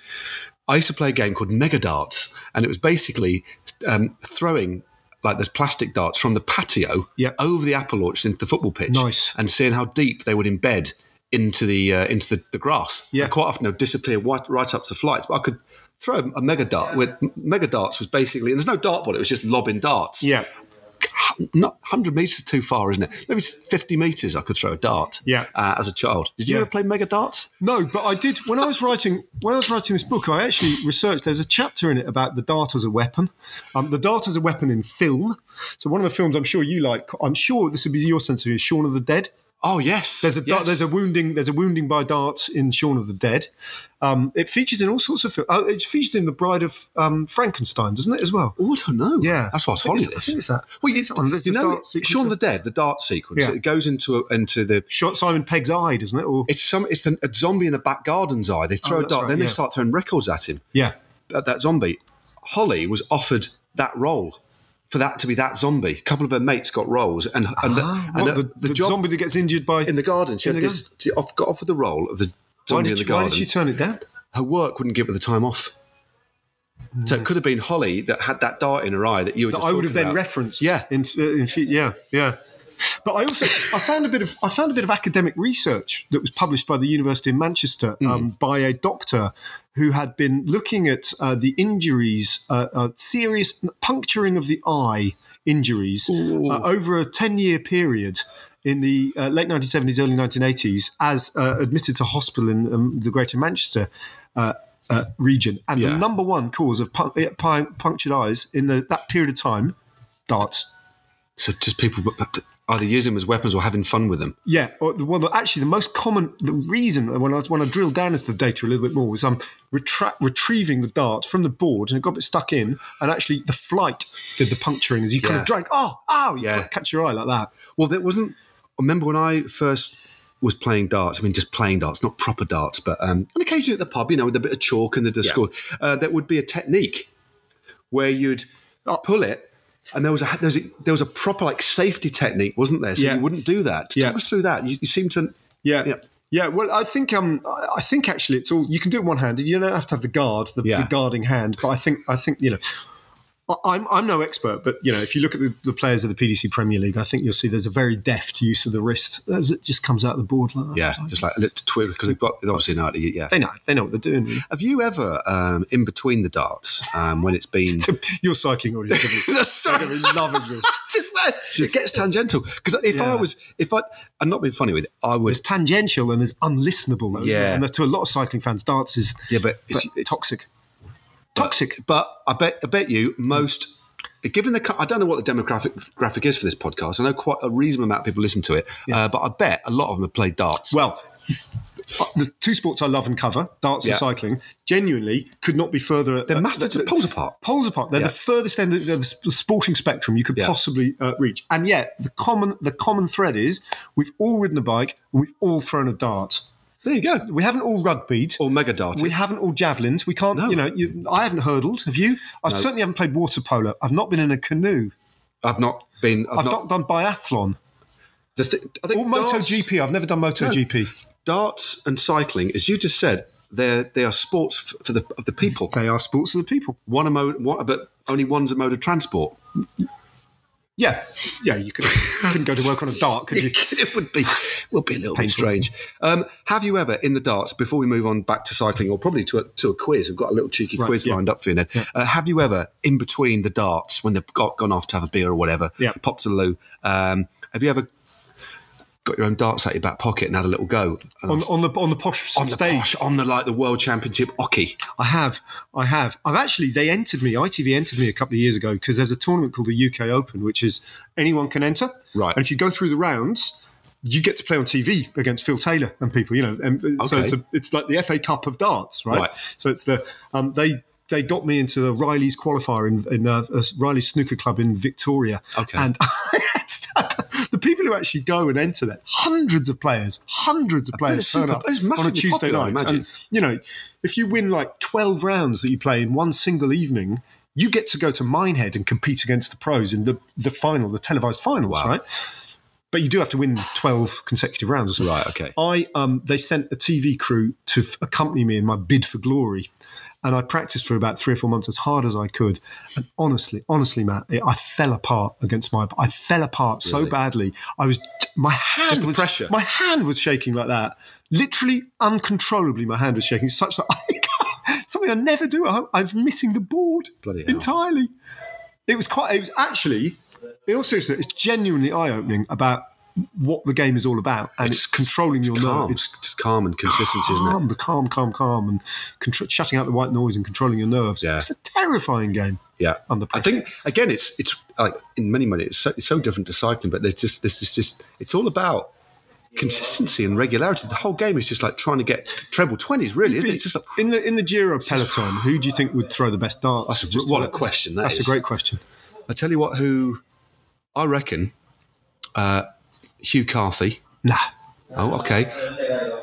A: I used to play a game called Mega Darts, and it was basically um, throwing like those plastic darts from the patio
B: Yeah.
A: over the apple orchard into the football pitch,
B: Nice.
A: and seeing how deep they would embed into the uh, into the, the grass.
B: Yeah.
A: And quite often they'd disappear right, right up the flights, but I could. Throw a mega dart. With mega darts was basically, and there's no dartboard. It was just lobbing darts
B: Yeah,
A: not 100 meters is too far, isn't it? Maybe it's 50 meters I could throw a dart.
B: Yeah.
A: Uh, as a child, did you
B: Yeah.
A: ever play mega darts?
B: No, but I did when I was writing when I was writing this book. I actually researched. There's a chapter in it about the dart as a weapon. Um, the dart as a weapon in film. So one of the films I'm sure you like. I'm sure this would be your sense of it. Shaun of the Dead.
A: Oh yes.
B: There's a
A: yes.
B: dart, there's a wounding there's a wounding by darts in Shaun of the Dead. Um, it features in all sorts of films. Oh, it features in The Bride of um, Frankenstein, doesn't it as well?
A: Oh, I don't know.
B: Yeah.
A: that's why I was
B: I think
A: holding
B: it's- I
A: this.
B: think it's that.
A: Well,
B: It's that one.
A: you,
B: There's
A: you
B: the
A: know,
B: dart sequence.
A: Shaun of the Dead, the dart sequence.
B: Yeah.
A: It goes into a, into the.
B: Shot Simon Pegg's eye, doesn't it? Or
A: It's some. It's the, a zombie in the back garden's eye. They throw
B: Oh,
A: a
B: that's
A: dart,
B: right,
A: then they
B: yeah.
A: start throwing records at him.
B: yeah,
A: At that zombie, Holly was offered that role. For that to be that zombie, a couple of her mates got roles, and and,
B: Ah,
A: the, and
B: what,
A: uh,
B: the, the,
A: job-
B: zombie that gets injured by
A: in the garden. She
B: In
A: had
B: the
A: this. She off, got offered the role of the
B: why
A: zombie in
B: did,
A: the
B: she, why
A: garden.
B: did she turn it down?
A: her work wouldn't give her the time off. So it could have been Holly that had that dart in her eye that you were.
B: that
A: just
B: I would have
A: talking
B: then
A: about.
B: referenced.
A: Yeah.
B: in, uh, in fu- yeah, yeah. But I also I found a bit of I found a bit of academic research that was published by the University of Manchester um, by a doctor who had been looking at uh, the injuries, uh, uh, serious puncturing of the eye injuries uh, over a ten year period. In the uh, late 1970s, early 1980s, as uh, admitted to hospital in um, the Greater Manchester uh, uh, region, and
A: Yeah.
B: the number one cause of pun- uh, pun- punctured eyes in the, that period of time, darts.
A: So just people either using them as weapons or having fun with them.
B: Yeah, or the one actually the most common the reason when I when I drilled down into the data a little bit more was um retra- retrieving the dart from the board and it got a bit stuck in and actually the flight did the puncturing as you kind
A: Yeah.
B: of drag oh oh you
A: Yeah.
B: can't catch your eye like that
A: Well, there wasn't. I remember when I first was playing darts. I mean, just playing darts, not proper darts, but um, and occasionally at the pub, you know, with a bit of chalk and the discord. Uh, there would be a technique where you'd pull it, and there was a there was a, there was a proper like safety technique, wasn't there? So
B: Yeah.
A: you wouldn't do that.
B: Yeah.
A: Talk us through that. You, you seem to.
B: yeah.
A: Yeah.
B: yeah. well, I think um, I I think actually it's all you can do it one-handed. You don't have to have the guard, the,
A: Yeah.
B: the guarding hand. But I think I think you know, I- I'm I'm no expert, but you know, if you look at the, the players of the PDC Premier League, I think you'll see there's a very deft use of the wrist as it just comes out of the board like that.
A: Yeah, just like a little twirl because they've got they obviously know how to. Yeah,
B: they know they know what they're doing. really.
A: Have you ever, um, in between the darts, um, when it's been.
B: Your cycling audience are gonna
A: Sorry.
B: be- they're going to be loving this.
A: Just, it gets tangential because if I
B: Yeah.
A: was, if I, I'm not being funny with it, I would.
B: There's tangential and there's unlistenable. Though, isn't
A: Yeah.
B: there? and to a lot of cycling fans, darts is
A: Yeah, but it's-
B: it's,
A: it's-
B: toxic. Toxic.
A: But I bet, I bet you most, given the, cu- I don't know what the demographic graphic is for this podcast. I know quite a reasonable amount of people listen to it, uh, but I bet a lot of them have played darts.
B: Well, uh, the two sports I love and cover, darts
A: Yeah.
B: and cycling, genuinely could not be further.
A: they're
B: uh,
A: massive
B: th- th-
A: poles apart.
B: Poles apart. They're
A: Yeah.
B: the furthest end of the, the sp- sporting spectrum you could
A: Yeah.
B: possibly uh, reach. And yet, the common the common thread is we've all ridden a bike, and we've all thrown a dart.
A: There you go.
B: We haven't all rugbyed.
A: Or mega darted.
B: We haven't all javelins. We can't,
A: No.
B: you know, you, I haven't hurdled. Have you? I certainly haven't played water polo. I've not been in a canoe.
A: I've not been. I've,
B: I've not, done biathlon
A: the thi- I
B: or
A: think darts-
B: MotoGP. I've never done MotoGP.
A: darts and cycling, as you just said, they're they are sports f- for the of the people.
B: They are sports of the people.
A: One a mode, one, but only one's a mode of transport.
B: Yeah, yeah. You could, couldn't go to work on a dart, could you?
A: it would be would be a little bit strange. Um, have you ever in the darts before we move on back to cycling or probably to a, to a quiz? We've got a little cheeky
B: Right,
A: quiz
B: yeah.
A: lined up for you, Ned. Uh, have you ever in between the darts when they've got gone off to have a beer or whatever,
B: Yeah.
A: popped to the loo? Um, have you ever got your own darts out your back pocket and had a little go And I
B: on,
A: was-
B: on the on the posh
A: on the
B: stage.
A: posh, on the like the world championship hockey.
B: I have, I have. I've actually they entered me. ITV entered me a couple of years ago because there's a tournament called the UK Open, which is anyone can enter.
A: Right.
B: And if you go through the rounds, you get to play on TV against Phil Taylor and people. You know, and and so
A: Okay.
B: it's a, it's like the FA Cup of darts, right?
A: Right.
B: So it's the um, they. They got me into the Riley's qualifier in, in uh, uh, Riley's snooker club in Victoria.
A: Okay.
B: And the people who actually go and enter that, hundreds of players, hundreds of players
A: it's
B: turn
A: super-
B: up
A: it's
B: on a
A: massively
B: Tuesday
A: popular, I
B: night.
A: imagine.
B: And, you know, if you win like 12 rounds that you play in one single evening, you get to go to Minehead and compete against the pros in the, the final, the televised finals,
A: Wow.
B: right? But you do have to win 12 consecutive rounds or something.
A: Right, okay.
B: I um, They sent a TV crew to f- accompany me in my bid for glory. And I practiced for about three or four months as hard as I could. And honestly, honestly, Matt, it, I fell apart against my. I fell apart so badly. I was my hand
A: Just the
B: was
A: pressure.
B: My hand was shaking like that, literally uncontrollably. My hand was shaking such that I, something I never do. I, I was missing the board
A: Bloody hell.
B: entirely. It was quite. It was actually. In all seriousness, it's genuinely eye-opening about what the game is all about, and it's, controlling your
A: Calm,
B: nerves.
A: it's just calm and consistency,
B: calm,
A: isn't it?
B: the calm, calm, calm, and contr- shutting out the white noise and controlling your nerves.
A: Yeah.
B: It's a terrifying game.
A: Yeah,
B: Under
A: I
B: pressure.
A: think again, it's it's like in many ways it's so, it's so different to cycling, but there's just there's just, just it's all about consistency and regularity. The whole game is just like trying to get to treble twenties, really. Isn't it? It's just like,
B: in the in the Giro peloton, who do you think would throw the best dart?
A: That's just- what a question that
B: That's
A: is.
B: a great question.
A: I tell you what, who I reckon, uh, Hugh Carthy.
B: Nah,
A: Oh, okay.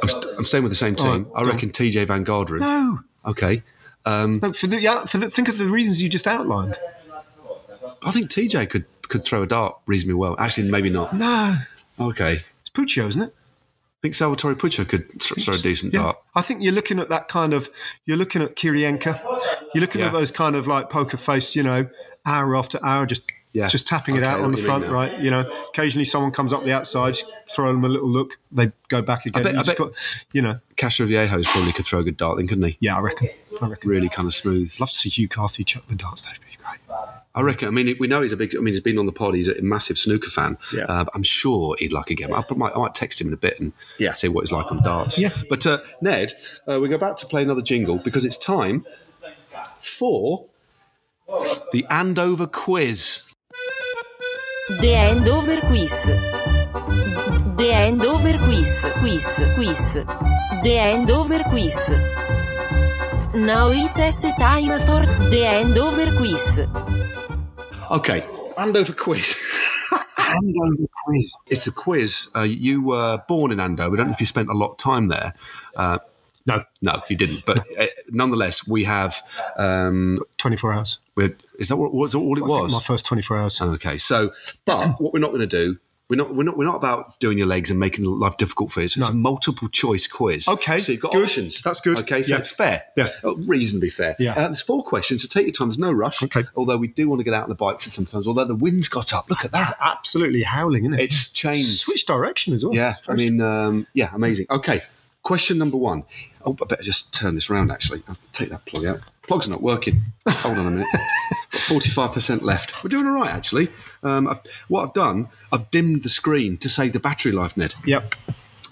A: I'm, st- I'm staying with the same team. I
B: All right, go
A: reckon TJ Van Garderen.
B: no,
A: Okay.
B: no. For the, yeah, for the think of the reasons you just outlined.
A: I think TJ could could throw a dart reasonably well. Actually, maybe not.
B: No,
A: Okay. I
B: it's Puccio, isn't it?
A: think Salvatore Puccio could th- throw a decent
B: Yeah.
A: dart.
B: I think you're looking at that kind of, you're looking at Kirienka, you're looking at
A: Yeah.
B: those kind of like poker face, you know, hour after hour, just
A: Yeah.
B: just tapping it
A: Okay,
B: out
A: I
B: on
A: know what
B: the
A: you
B: front,
A: mean now.
B: right? You know, occasionally someone comes up the outside, throw them a little look, they go back again.
A: bet-
B: you,
A: I
B: just
A: bet-
B: got, you know,
A: Castro Viejos probably could throw a good dart then, couldn't he?
B: yeah, I reckon. I reckon.
A: Really kind of smooth.
B: Love to see Hugh Carthy chuck the darts. That'd be great.
A: I reckon. I mean, we know he's a big. I mean, he's been on the pod. He's a massive snooker fan.
B: Yeah.
A: Uh, but I'm sure he'd like a game. I might, I might text him in a bit and
B: Yeah.
A: see what he's like on darts.
B: Yeah.
A: But uh, Ned, uh, we're about to play another jingle because it's time for the Andover quiz.
C: The Handover Quiz. The Handover Quiz. Quiz. Quiz. The Handover Quiz. Now it is time for the Handover Quiz.
A: Okay, Andover quiz.
B: Andover quiz.
A: it's a quiz. Uh, you were born in Andover. I don't know if you spent a lot of time there. Uh, no, no, you didn't. But uh, nonetheless, we have. Um,
B: 24 hours.
A: we're, is that what, was all it
B: I think
A: was?
B: my first 24 hours.
A: Okay, so but what we're not going to do, we're not we're not we're not about doing your legs and making life difficult for you. So it's a multiple choice quiz.
B: Okay,
A: so you've got
B: good.
A: options.
B: That's good.
A: Okay, so
B: Yeah.
A: it's fair.
B: Yeah.
A: Uh, reasonably fair.
B: Yeah.
A: uh, there's four questions, so take your time. There's no rush.
B: Okay.
A: although we do want to get out on the bikes sometimes. Although the wind's got up. Look at that.
B: Absolutely howling, isn't it?
A: It's changed.
B: Switch direction as well.
A: Yeah, I
B: First-
A: mean, um, yeah, amazing. Okay, question number one. Oh, I better just turn this round. Actually, I'll take that plug out. Plug's not working. Hold on a minute. Forty-five percent left. We're doing all right, actually. Um, I've, what I've done, I've dimmed the screen to save the battery life, Ned.
B: yep.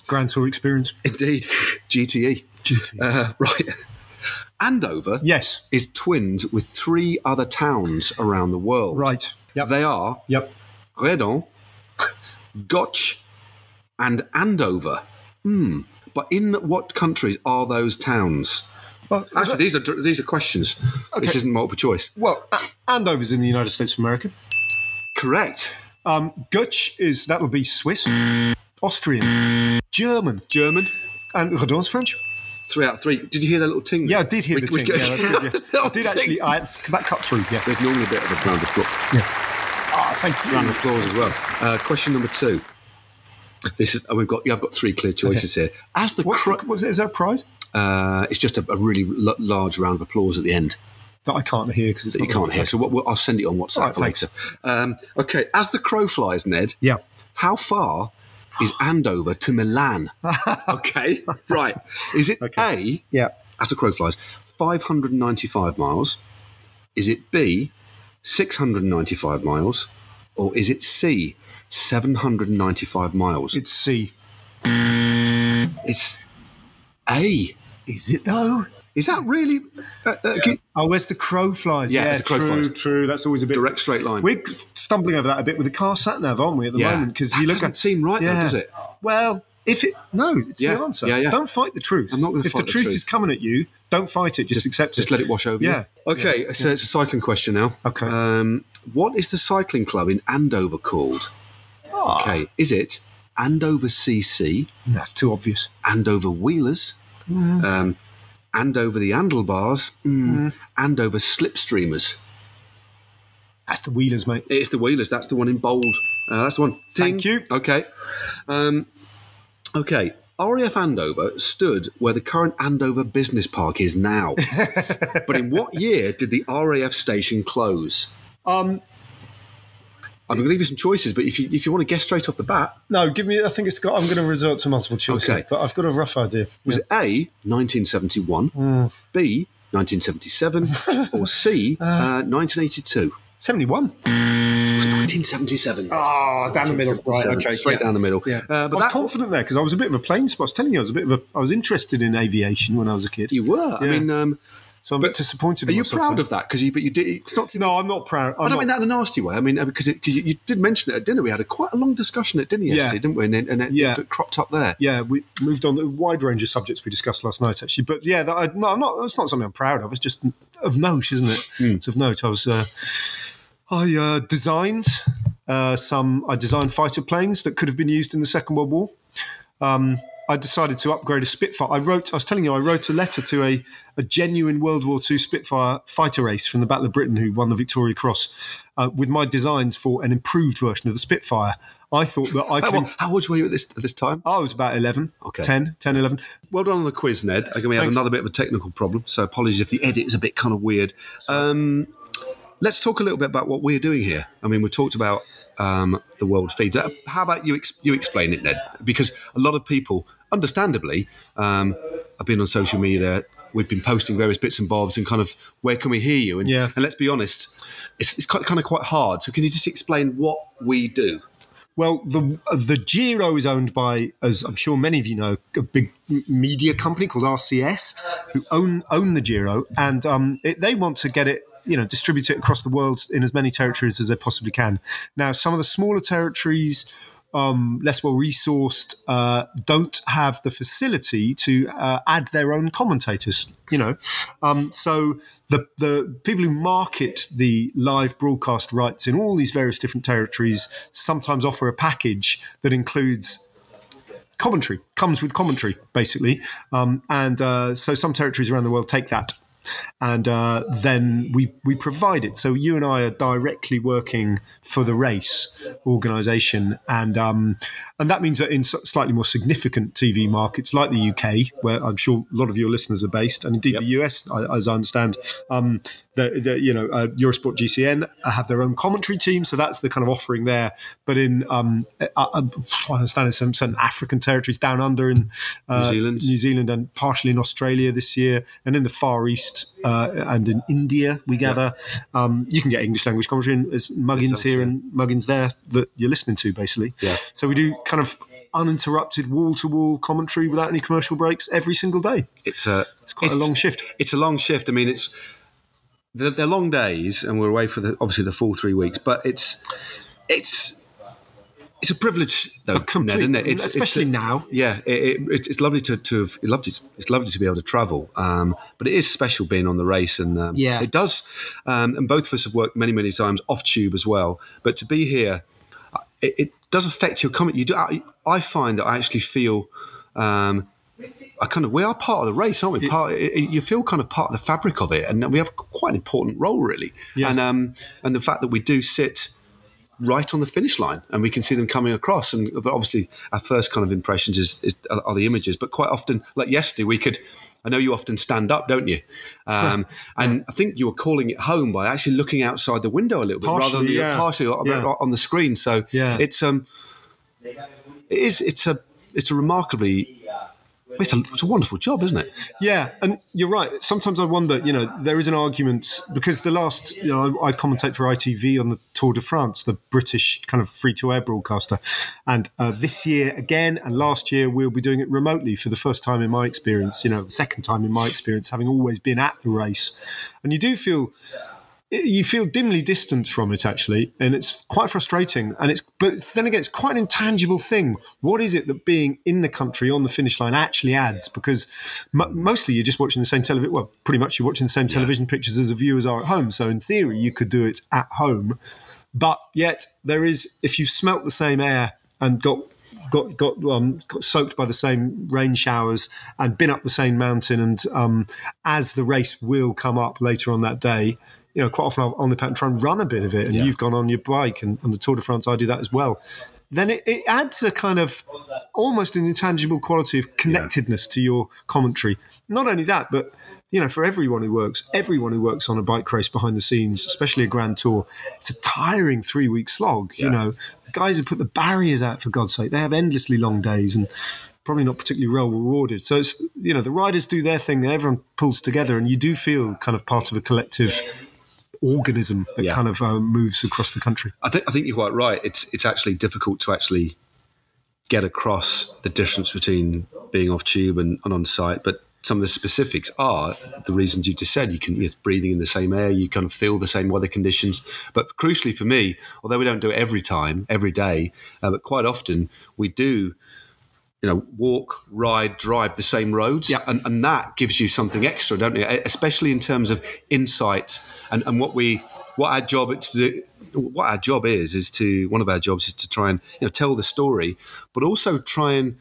B: Grand Tour experience.
A: Indeed, GTE.
B: GT.
A: Uh, right. Andover
B: yes.
A: is twinned with three other towns around the world.
B: Right. Yep.
A: They are
B: Yep.
A: Redon, Gotch, and Andover. Hmm. But in what countries are those towns?
B: Well,
A: Actually, these are these are questions. This isn't multiple choice.
B: well, A- Andover's in the United States of America.
A: Correct.
B: Um, Dutch is that would be Swiss, Austrian, German,
A: German.
B: and Redon's French.
A: Three out of three. Did you hear that little ting?
B: Yeah, I did hear
A: We-
B: the
A: we
B: ting.
A: go-
B: Yeah, that's good. Yeah.
A: Little
B: I did
A: ting.
B: actually. I, it's- that cut through. Yeah.
A: There's normally a bit of a round of applause,
B: Ah, thank
A: round
B: you.
A: of applause as well. Uh, question number two. This is oh, we've got. Yeah, I've got three clear choices here. As the,
B: What's
A: cro-
B: the, was it? Is that a prize
A: uh, it's just a, a really l- large round of applause at the end.
B: that I can't hear because it's
A: that you
B: not
A: can't hear. So what, what, I'll send it on WhatsApp
B: All right,
A: for
B: thanks.
A: later. Um, okay, as the crow flies, Ned.
B: Yeah.
A: How far is Andover to Milan? okay, right. Is it A,
B: Yeah.
A: as the crow flies, 595 miles? Is it B, 695 miles? or is it C? 795 miles.
B: It's C.
A: It's A.
B: Is it though?
A: Is that really? Uh, uh, can-
B: Oh, where's the crow flies?
A: Yeah,
B: Yeah,
A: it's the crow
B: true,
A: flies.
B: true. That's always a bit
A: Direct straight line.
B: We're stumbling over that a bit with the car sat nav, aren't we, at the
A: Yeah.
B: moment? Because
A: That
B: you look
A: doesn't
B: at
A: seem right though,
B: yeah.
A: does it?
B: Well, if it no, it's
A: Yeah,
B: the answer.
A: yeah, yeah.
B: Don't fight the truth.
A: I'm not gonna
B: if
A: fight
B: the
A: the
B: truth
A: truth.
B: is coming at you, don't fight it. Just, accept
A: Just
B: it.
A: let it wash over
B: Yeah.
A: you. Okay, so it's a cycling question now.
B: Okay.
A: Um, what is the cycling club in Andover called? Okay, is it Andover CC,
B: Ah, That's too obvious.
A: Andover Wheelers, um, Andover the Handlebars, mm, Andover Slipstreamers?
B: That's the wheelers, mate.
A: It's the Wheelers. That's the one in bold. Uh, that's the one.
B: Thank you.
A: Okay. Um, okay. RAF Andover stood where the current Andover Business Park is now. but in what year did the RAF station close?
B: Um,
A: I'm going to give you some choices, but if you, if you want to guess straight off the bat,
B: no, give me. I think it's got. I'm going to resort to multiple choice,
A: Okay.
B: but I've got a rough idea.
A: was it A, 1971, B, 1977, or C, uh, 1982?
B: Seventy-one.
A: 1977.
B: Oh, down the middle. Ah, Right.
A: 1977,
B: Okay.
A: Straight
B: yeah.
A: down the middle.
B: Yeah.
A: Uh,
B: I
A: but
B: was
A: that,
B: confident there because I was a bit of a plane spot. I was telling you, I was a bit of a. I was interested in aviation when I was a kid.
A: you were. I
B: Yeah.
A: mean, um,
B: so I'm a bit disappointed.
A: are
B: in
A: you
B: myself
A: proud
B: there.
A: of that? Because you, but you did. It's not.
B: No, I'm not proud. I'm
A: I don't
B: not-
A: mean that in a nasty way. I mean uh, because it, cause you, you did mention it at dinner. We had a quite a long discussion at dinner
B: Yeah.
A: yesterday, didn't we? And, then- and it,
B: Yeah.
A: it cropped up there.
B: Yeah, we moved on to a wide range of subjects we discussed last night, actually. But yeah, that, I, no, I'm not. It's not something I'm proud of. It's just of note, isn't it? It's of note. I was. Uh, I uh, designed uh, some. I designed fighter planes that could have been used in the Second World War. Um, I decided to upgrade a Spitfire. I wrote, I was telling you, I wrote a letter to a, a genuine World War II Spitfire fighter race from the Battle of Britain who won the Victoria Cross uh, with my designs for an improved version of the Spitfire. I thought that I
A: How,
B: could.
A: how old were you at this at this time?
B: I was Oh, about 11,
A: Okay.
B: 10, 10, 11.
A: Well done on the quiz, Ned. Okay, we have
B: Thanks.
A: another bit of a technical problem, so apologies if the edit is a bit kind of weird. Um, let's talk a little bit about what we're doing here. I mean, we talked about um, the world feed. Uh, How about you? Ex- you explain it, Ned, because a lot of people, understandably, um, have been on social media. We've been posting various bits and bobs and kind of where can we hear you? And,
B: Yeah.
A: and let's be honest, it's, it's quite, kind of quite hard. So can you just explain what we do?
B: Well, the the Giro is owned by, as I'm sure many of you know, a big m- media company called RCS, who own own the Giro, and um, it, they want to get it, you know, distribute it across the world in as many territories as they possibly can. Now, some of the smaller territories. Um, less well resourced, uh, don't have the facility to uh, add their own commentators. You know, um, so the the people who market the live broadcast rights in all these various different territories sometimes offer a package that includes commentary, comes with commentary basically, um, and uh, so some territories around the world take that. And uh, then we, we provide it. So you and I are directly working for the race organisation, and um, and that means that in s- slightly more significant TV markets like the UK, where I'm sure a lot of your listeners are based, and indeed the US, I- as I understand, um, the, the, you know uh, Eurosport GCN have their own commentary team, so that's the kind of offering there. But in um, I, I I understand in some certain African territories down under in uh,
A: New Zealand.
B: New Zealand, and partially in Australia this year, and in the Far East uh, and in India, we gather. Um, you can get English language commentary, and there's muggins here and muggins there that you're listening to, basically.
A: Yeah.
B: So we do kind of uninterrupted wall to wall commentary without any commercial breaks every single day.
A: It's a it's
B: quite a long shift.
A: It's a long shift. I mean, it's they're, they're long days, and we're away for the, obviously the full three weeks. But it's it's it's a privilege, though,
B: complete-
A: Ned, isn't it? It's,
B: especially
A: it's,
B: now.
A: Yeah, it, it, it's lovely to, to have it loved it's, it's lovely to be able to travel, um, but it is special being on the race, and um,
B: Yeah.
A: it does. Um, and both of us have worked many many times off tube as well, but to be here, uh, it, it does affect your comment. You do. I, I find that I actually feel. Um, I kind of we are part of the race, aren't we? Part i- i- you feel kind of part of the fabric of it, and we have quite an important role, really.
B: Yeah.
A: And um, and the fact that we do sit right on the finish line, and we can see them coming across. And but obviously, our first kind of impressions is, is are are the images. But quite often, like yesterday, we could. I know you often stand up, don't you? Um, and I think you were calling it home by actually looking outside the window a little bit, rather than
B: Partially,
A: the,
B: yeah.
A: partially on, the-
B: Yeah.
A: on the screen. So
B: Yeah.
A: it's um, it is it's a it's a remarkably It's a, it's a wonderful job, isn't it?
B: Yeah, and you're right. Sometimes I wonder, you know, there is an argument because the last, you know, I, I commentate for ITV on the Tour de France, the British kind of free to air broadcaster. And uh, this year again, and last year, we'll be doing it remotely for the first time in my experience, you know, the second time in my experience, having always been at the race. And you do feel you feel dimly distant from it actually and it's quite frustrating and it's but then again it's quite an intangible thing what is it that being in the country on the finish line actually adds because mo- mostly you're just watching the same television well pretty much you're watching the same television pictures as the viewers are at home so in theory you could do it at home but yet there is if you've smelt the same air and got got got, um, got soaked by the same rain showers and been up the same mountain and um, as the race will come up later on that day you know quite often I'll only try and run a bit of it and you've gone on your bike and, and the Tour de France I do that as well then it, it adds a kind of almost an intangible quality of connectedness to your commentary not only that but you know, for everyone who works, everyone who works on a bike race behind the scenes, especially a grand tour, it's a tiring three week slog. You know, the guys who put the barriers out, for God's sake, they have endlessly long days and probably not particularly well rewarded. So it's, you know, the riders do their thing and everyone pulls together and you do feel kind of part of a collective organism that
A: Yeah.
B: kind of uh, moves across the country.
A: I think I think you're quite right. It's it's actually difficult to actually get across the difference between being off tube and, and on site, but some of the specifics are the reasons you just said. You can it's breathing in the same air, you kind of feel the same weather conditions. But crucially for me, although we don't do it every time, every day, uh, but quite often we do you know, walk, ride, drive the same roads.
B: Yeah.
A: And, and that gives you something extra, don't you? Especially in terms of insights and, and what we, what our job is to do, what our job is, is to, one of our jobs is to try and, you know, tell the story, but also try and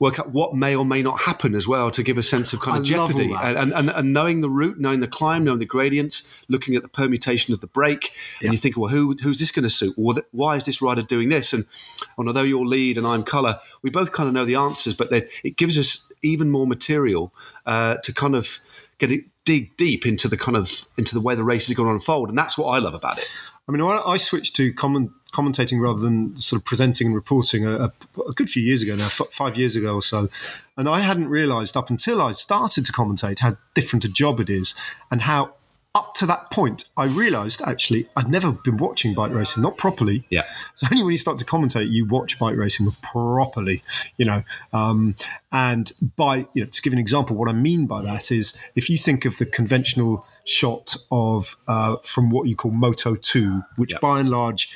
A: work out what may or may not happen as well to give a sense of kind of
B: I love all
A: jeopardy. And,
B: that.
A: and, and, and knowing the route, knowing the climb, knowing the gradients, looking at the permutation of the break, and you think, well, who, who's this going to suit? Well, th- why is this rider doing this? And, oh, and although you're lead and I'm colour, we both kind of know the answers, but then it gives us even more material uh, to kind of get it, dig deep into the kind of into the way the race is going to unfold, and that's what I love about it.
B: I mean, I, I switched to comment, commentating rather than sort of presenting and reporting a, a, a good few years ago now, f- five years ago or so. And I hadn't realised up until I started to commentate how different a job it is and how. Up to that point, I realised actually I'd never been watching bike racing, not properly.
A: Yeah.
B: So only when you start to commentate, you watch bike racing properly, you know. Um, and by you know, to give an example, what I mean by that is if you think of the conventional shot of uh, from what you call Moto Two, which by and large.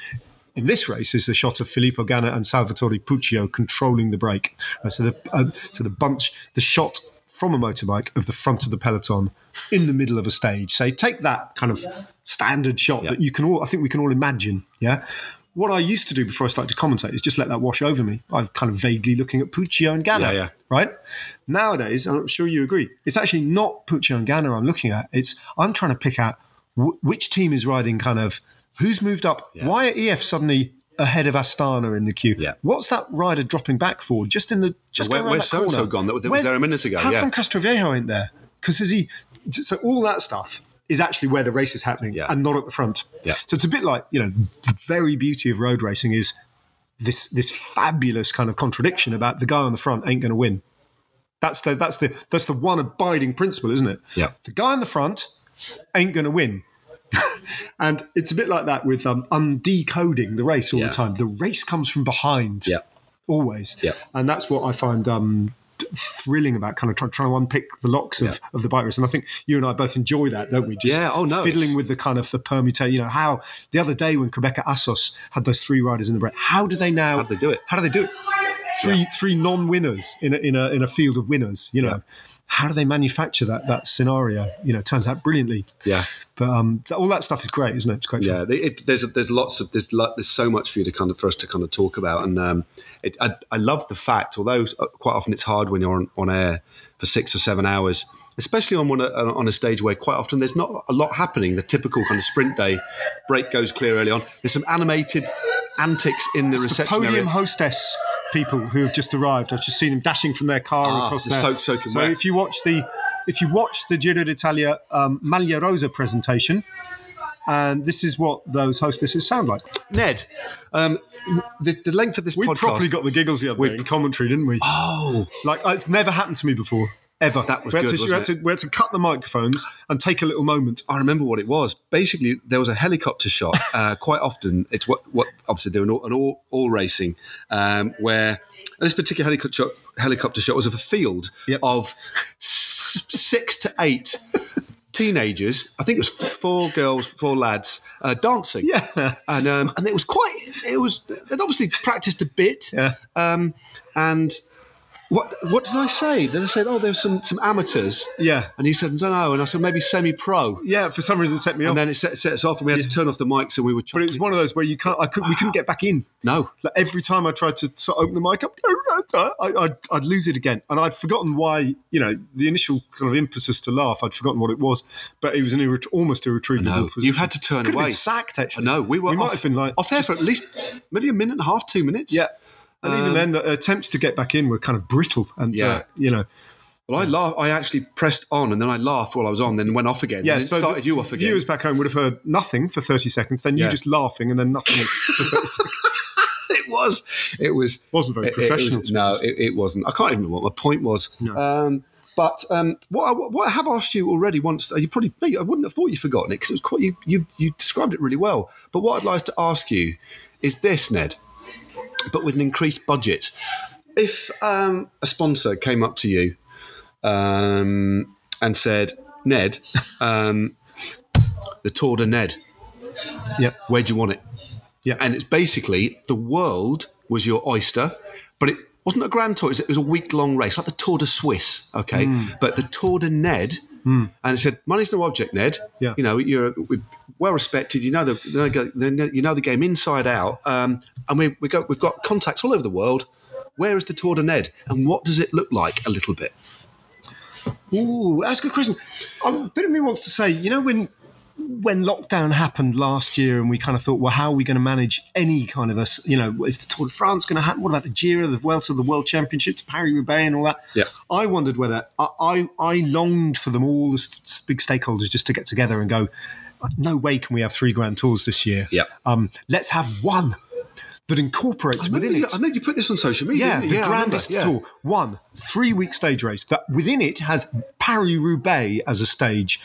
B: In this race is the shot of Filippo Ganna and Salvatore Puccio controlling the brake. Uh, so the uh, so the bunch, the shot from a motorbike of the front of the peloton in the middle of a stage. So take that kind of standard shot that you can all, I think we can all imagine. Yeah. What I used to do before I started to commentate is just let that wash over me. I'm kind of vaguely looking at Puccio and Ganna,
A: Yeah, yeah.
B: right? Nowadays, I'm sure you agree, it's actually not Puccio and Ganna I'm looking at. It's I'm trying to pick out w- which team is riding kind of who's moved up. Why are EF suddenly ahead of Astana in the queue?
A: Yeah.
B: What's that rider dropping back for? Just in the just
A: Where-
B: going around
A: where's
B: that
A: so-and-so
B: corner.
A: gone? That was- that was
B: Where's-
A: there a minute ago,
B: How
A: yeah.
B: come Castroviejo ain't there? Because is he? So all that stuff is actually where the race is happening
A: Yeah.
B: and not at the front.
A: Yeah.
B: So it's a bit like you know the very beauty of road racing is this this fabulous kind of contradiction about the guy on the front ain't going to win. That's the that's the that's the one abiding principle, isn't it?
A: Yeah.
B: The guy on the front ain't going to win. and it's a bit like that with um, undecoding the race all
A: Yeah.
B: the time. The race comes from behind always.
A: Yeah.
B: And that's what I find um, thrilling about kind of try, trying to unpick the locks of, of the bike race. And I think you and I both enjoy that, don't we? Just
A: Yeah, oh, no, it's-
B: Fiddling with the kind of the permutation, you know, how the other day when Quebec Assos had those three riders in the break, how do they now?
A: How do they do it?
B: How do they do it? Three, three non-winners in a, in, a, in a field of winners, you know. How do they manufacture that that scenario? You know, it turns out brilliantly.
A: Yeah.
B: But um, th- all that stuff is great, isn't it? It's great. fun.
A: Yeah, they- it, there's there's lots of there's lo- there's so much for you to kind of for us to kind of talk about, and um, it, I, I love the fact, although uh, quite often it's hard when you're on, on air for six or seven hours, especially on one uh, on a stage where quite often there's not a lot happening. The typical kind of sprint day, break goes clear early on. There's some animated antics in the
B: It's the
A: reception
B: podium
A: area.
B: hostess people who have just arrived. I've just seen them dashing from their car
A: Ah,
B: across
A: they're
B: there.
A: soaked, soaking
B: so
A: wet.
B: if you watch the if you watch the Giro d'Italia um, Maglia Rosa presentation, And this is what those hostesses sound like.
A: Ned, um, the, the length of this
B: We
A: podcast.
B: properly got the giggles the other
A: We-
B: day in commentary, didn't we?
A: oh,
B: Like it's never happened to me before, ever.
A: That was
B: we had,
A: good,
B: to, we, had
A: wasn't
B: to,
A: it?
B: we had to cut the microphones and take a little moment.
A: I remember what it was. Basically, there was a helicopter shot. Uh, quite often, it's what what obviously doing all, an all all racing um, where this particular helicopter shot, helicopter shot was of a field
B: Yep.
A: of s- six to eight teenagers. I think it was four girls, four lads uh, dancing.
B: Yeah.
A: and um, and it was quite. It was they'd obviously practiced a bit.
B: Yeah.
A: Um, and what what did I say? Did I say oh there's some some amateurs?
B: Yeah.
A: And he said I don't know. And I said maybe semi pro.
B: Yeah, for some reason it set me off.
A: And then it set, sets off, and we had to turn off the mics, and we were.
B: but it was one of those where you can't. I could, we couldn't get back in.
A: no.
B: Like every time I tried to sort of open the mic up, I, I'd, I'd lose it again, and I'd forgotten why. You know, the initial kind of impetus to laugh, I'd forgotten what it was, but it was an irret- almost irretrievable.
A: No,
B: position.
A: you had to turn
B: Could have
A: away.
B: been sacked. Actually,
A: No, we were.
B: We
A: off,
B: might have been like
A: off there for at least maybe a minute and a half, two minutes.
B: Yeah. And even then, the attempts to get back in were kind of brittle, and
A: Um, Yeah.
B: uh, you know,
A: Well, I laugh. I actually pressed on, and then I laughed while I was on, then went off again.
B: yeah.
A: And it
B: So
A: started
B: the
A: you off again.
B: Viewers back home would have heard nothing for thirty seconds, then
A: Yeah.
B: you just laughing, and then nothing. for 30 seconds.
A: it was. It was.
B: Wasn't very
A: it- it
B: professional,
A: was-
B: to be
A: no,
B: honest.
A: it, it wasn't. I can't even remember what my point was. Um, but um, what, I, what I have asked you already once, you probably no, I wouldn't have thought you'd forgotten it because it was quite you, you. You described it really well. But what I'd like to ask you is this, Ned, but with an increased budget. If um, a sponsor came up to you um, and said, "Ned, um, the Tour de Ned,
B: Yep.
A: where do you want it?"
B: Yeah.
A: and it's basically the world was your oyster, but it wasn't a grand tour. It was- It was a week long race, like the Tour de Suisse, okay?
B: Hmm.
A: But the Tour de Ned, and it said, "Money's no object, Ned.
B: Yeah.
A: You know, you're well respected. You know the you know the- you know the game inside out, um, and we we go, we've got contacts all over the world. Where is the Tour de Ned, and what does it look like? A little bit.
B: Ooh, that's a good question. Um, A bit of me wants to say, you know, when when lockdown happened last year, and we kind of thought, well, how are we going to manage any kind of us? You know, is the Tour de France going to happen? What about the Giro, the Vuelta, the World Championships, Paris Roubaix, and all that?
A: Yeah.
B: I wondered whether I I, I longed for them all, the s- big stakeholders, just to get together and go. No way can we have three grand tours this year.
A: Yeah.
B: Um, let's have one that incorporates within
A: you,
B: it.
A: I know you put this on social media.
B: Yeah,
A: didn't you?
B: the
A: I remember,
B: grandest
A: yeah.
B: tour. One three week stage race that within it has Paris Roubaix as a stage,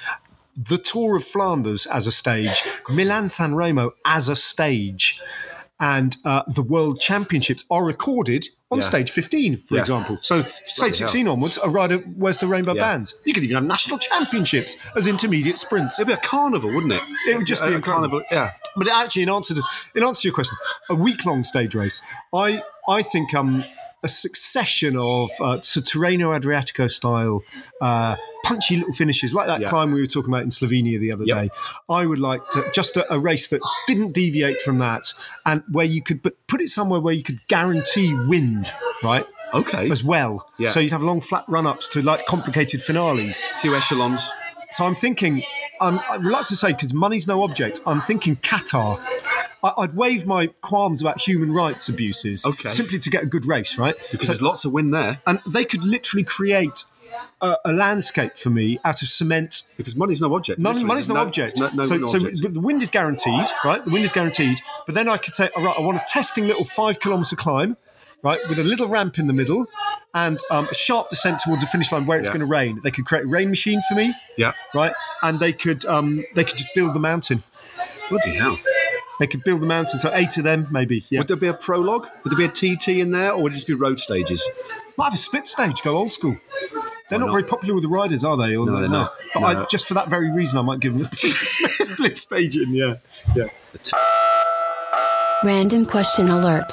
B: the Tour of Flanders as a stage, Milan San Remo as a stage, and uh, the World Championships are recorded on
A: Yeah.
B: stage 15, for
A: Yeah.
B: example. So, stage
A: hell.
B: 16 onwards, a rider wears the rainbow
A: Yeah.
B: bands. You could even have national championships as intermediate sprints.
A: It'd be a carnival, wouldn't it?
B: It would just be
A: a
B: a carnival.
A: carnival. Yeah.
B: But actually, in answer to in answer to your question, a week long stage race, I I think um a succession of uh, so Tirreno Adriatico style uh, punchy little finishes like that
A: Yeah.
B: climb we were talking about in Slovenia the other
A: Yep.
B: day. I would like to, just a, a race that didn't deviate from that and where you could but put it somewhere where you could guarantee wind right
A: Okay.
B: as well.
A: Yeah.
B: So you'd have long flat run ups to like complicated finales.
A: A few echelons.
B: So I'm thinking, um, I'm, I'm reluctant to say because money's no object. I'm thinking Qatar. I, I'd waive my qualms about human rights abuses
A: Okay.
B: simply to get a good race, right?
A: Because
B: So-
A: there's lots of win there.
B: and they could literally create a, a landscape for me out of cement
A: Because money's no object.
B: Money,
A: literally.
B: money's no, object.
A: No, no
B: so,
A: no
B: so
A: object.
B: the wind is guaranteed, right? The wind is guaranteed. But then I could say, all right, I want a testing little five kilometer climb, right, with a little ramp in the middle and um, a sharp descent towards the finish line where it's
A: Yeah.
B: going to rain. They could create a rain machine for me,
A: Yeah.
B: right? And they could um, they could just build the mountain.
A: Bloody hell.
B: They could build the mountain. So eight of them, maybe. Yeah,
A: Would there be a prologue? Would there be a TT in there, or would it just be road stages?
B: might have a split stage. Go old school. They're not,
A: not?
B: very popular with the riders, are they? Or
A: No, they're not.
B: But
A: No,
B: I,
A: no.
B: just for that very reason, I might give them a split stage in. Yeah, yeah.
E: Random question alert.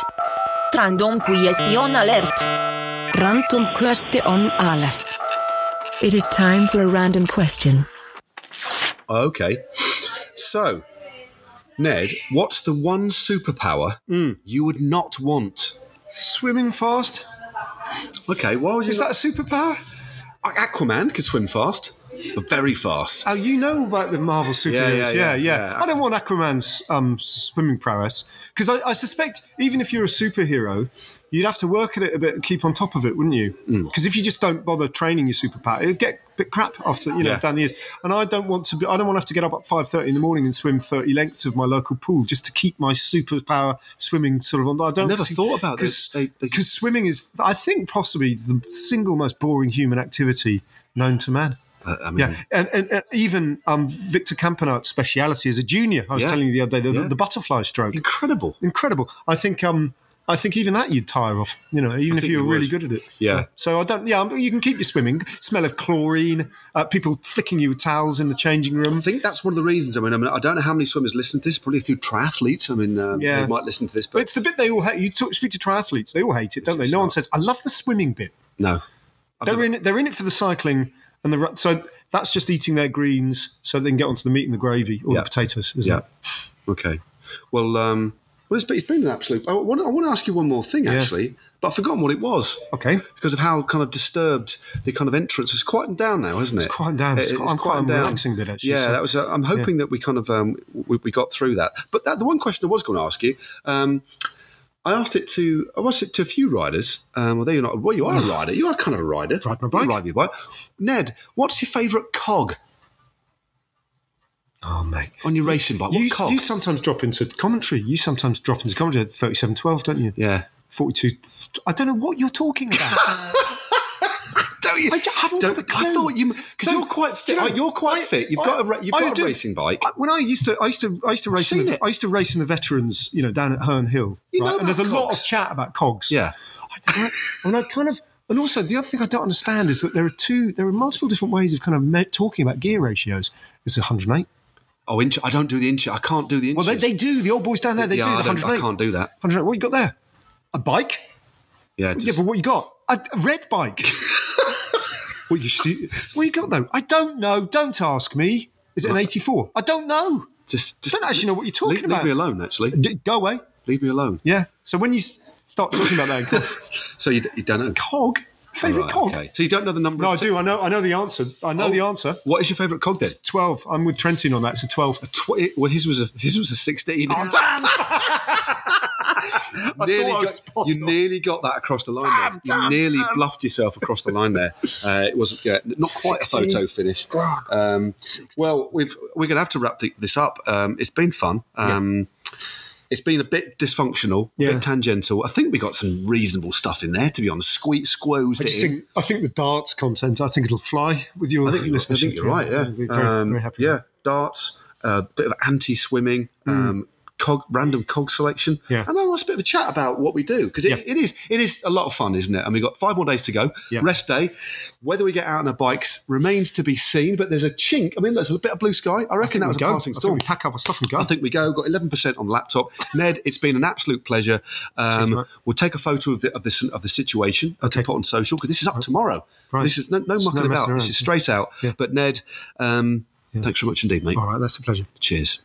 C: Random question alert.
E: Random question alert. It is time for a random question.
A: Oh, okay. So, Ned, what's the one superpower
B: Mm.
A: you would not want?
B: Swimming fast.
A: Okay, why would you?
B: Is that a superpower?
A: not- Aquaman could swim fast, but very fast.
B: Oh, you know about the Marvel superheroes.
A: yeah,
B: Yeah, yeah,
A: yeah.
B: I don't want Aquaman's um, swimming prowess because I, I suspect even if you're a superhero,
A: Mm.
B: you'd have to work at it a bit and keep on top of it, wouldn't you? Because if you just don't bother training your superpower, it'll get bit crap after you know
A: Yeah.
B: down the years. And I don't want to be. I don't want to have to get up at five thirty in the morning and swim thirty lengths of my local pool just to keep my superpower swimming sort of on. I don't
A: Never thought about this. They- they-
B: because swimming is, I think, possibly the single most boring human activity known to man.
A: Uh, I mean,
B: Yeah, and, and, and even um, Victor Campanart's speciality as a junior, I was
A: Yeah.
B: telling you the other day, the,
A: Yeah.
B: the butterfly stroke,
A: incredible.
B: incredible. I think um, I think even that you'd tire off, you know, even if
A: think
B: you
A: you
B: were really
A: would.
B: good at it.
A: Yeah.
B: So I don't. Yeah, um, you can keep your swimming. Smell of chlorine, uh, people flicking you with towels in the changing room.
A: I think that's one of the reasons. I mean, I mean, I don't know how many swimmers listen to this. Probably through triathletes. I mean, um,
B: Yeah.
A: they might listen to this,
B: But
A: but
B: it's the bit they all hate. You talk, speak to triathletes, they all hate it, don't they?
A: It's
B: No one
A: not-
B: says, "I love the swimming bit."
A: no. I've
B: They're
A: never-
B: in. it- They're in it for the cycling and the ru- so that's just eating their greens so they can get onto the meat and the gravy or
A: Yeah.
B: the potatoes. Isn't
A: Yeah.
B: it?
A: Okay. Well, um, well, it's been, it's been an absolute. I want, I want to ask you one more thing, actually, but I've forgotten what it was
B: Okay.
A: because of how kind of disturbed the kind of entrance has quietened down now, hasn't it?
B: It's quietened down. It's quite- I'm quite
A: quietened
B: relaxing a bit, actually,
A: Yeah,
B: so-
A: that was. Uh, I'm hoping that we kind of um, we, we got through that. But that, the one question I was going to ask you. Um, I asked it to I asked it to a few riders. Um, although you're not, well, you are a rider. You are kind of a rider.
B: Ride my
A: You
B: bike.
A: Ride your bike. Ned, what's your favourite cog
B: Oh mate.
A: on your racing bike? What
B: You,
A: cog?
B: you sometimes drop into commentary. You sometimes drop into commentary at 3712, don't you?
A: yeah.
B: 42. I don't know what you're talking about.
A: Don't you?
B: I ju- haven't
A: don't-
B: got the clue.
A: I thought you because
B: So,
A: you're quite
B: do
A: fit.
B: you know-
A: you're quite
B: I-
A: fit. You've
B: I-
A: got a ra- you've
B: I
A: got
B: do-
A: a racing bike.
B: I- when I used to, I used to, I used to race. In
A: seen
B: the,
A: it.
B: I used to race in the veterans, you know, down at Herne Hill.
A: You know
B: right? and
A: about
B: there's a lot
A: cogs.
B: of chat about cogs.
A: yeah.
B: I- and I kind of, and also the other thing I don't understand is that there are two, there are multiple different ways of kind of me- talking about gear ratios. It's 108.
A: Oh, inch. I don't do the inch. I can't do the inches.
B: Well, they, they do. The old boys down there, they
A: yeah,
B: do the
A: I, don't-
B: 108.
A: I can't do that.
B: 108. What you got there? A bike?
A: Yeah. Just,
B: yeah, but what you got? A, a red bike. what you see? What you got though? I don't know. Don't ask me. Is it an 84? I don't know.
A: just, just
B: don't actually know what you're talking
A: leave, Leave
B: about.
A: me alone. Actually,
B: D- go away.
A: leave me alone.
B: Yeah. So when you s- start talking about that, cog,
A: So you, d- you don't know.
B: cog favorite
A: Right,
B: cog.
A: okay. Oh. So you don't know the number.
B: No, I
A: of
B: do. I know. I know the answer. I know the answer.
A: What is your favourite cog then?
B: Twelve. I'm with Trentin on that. So twelve.
A: Tw- well, his was a his was a sixteen.
B: Oh, damn!
A: Nearly
B: I was
A: got-
B: spot
A: you
B: on.
A: nearly got that across the line.
B: Damn,
A: Ned.
B: damn,
A: you nearly
B: damn.
A: bluffed yourself across the line there. Uh, it was yeah, not quite a
B: 16.
A: photo finish. Um, well, we've we're going to have to wrap th- this up. Um, it's been fun. Um, It's been a bit dysfunctional, a
B: Yeah.
A: bit tangential. I think we got some reasonable stuff in there, to be honest. Squeak squoze.
B: I
A: it
B: just
A: in.
B: think. I think the darts content. I think it'll fly with your
A: I think, you're, I
B: listenership.
A: think you're right. Yeah,
B: I'd be Very,
A: Um,
B: very happy. Hmm.
A: Yeah, darts, a bit of anti-swimming, um, cog, random cog selection,
B: Yeah.
A: and a nice bit of a chat about what we do because it,
B: Yeah.
A: it is it is a lot of fun, isn't it? And we've got five more days to go.
B: Yeah.
A: Rest day. Whether we get out on our bikes remains to be seen. But there's a chink. I mean, there's a bit of blue sky. I reckon that was
B: we
A: a
B: go.
A: passing
B: I think
A: storm.
B: we pack up our stuff and go.
A: I think we go. Got eleven percent on the laptop. Ned, it's been an absolute pleasure. Um,
B: mate.
A: we'll take a photo of the of the of the situation.
B: Okay.
A: Okay. Put on social because this is up tomorrow.
B: Right.
A: This is no, no
B: It's no
A: mucking
B: messing
A: about. This
B: around.
A: is straight out. But Ned, um, thanks very much indeed, mate.
B: All right. That's a pleasure.
A: Cheers.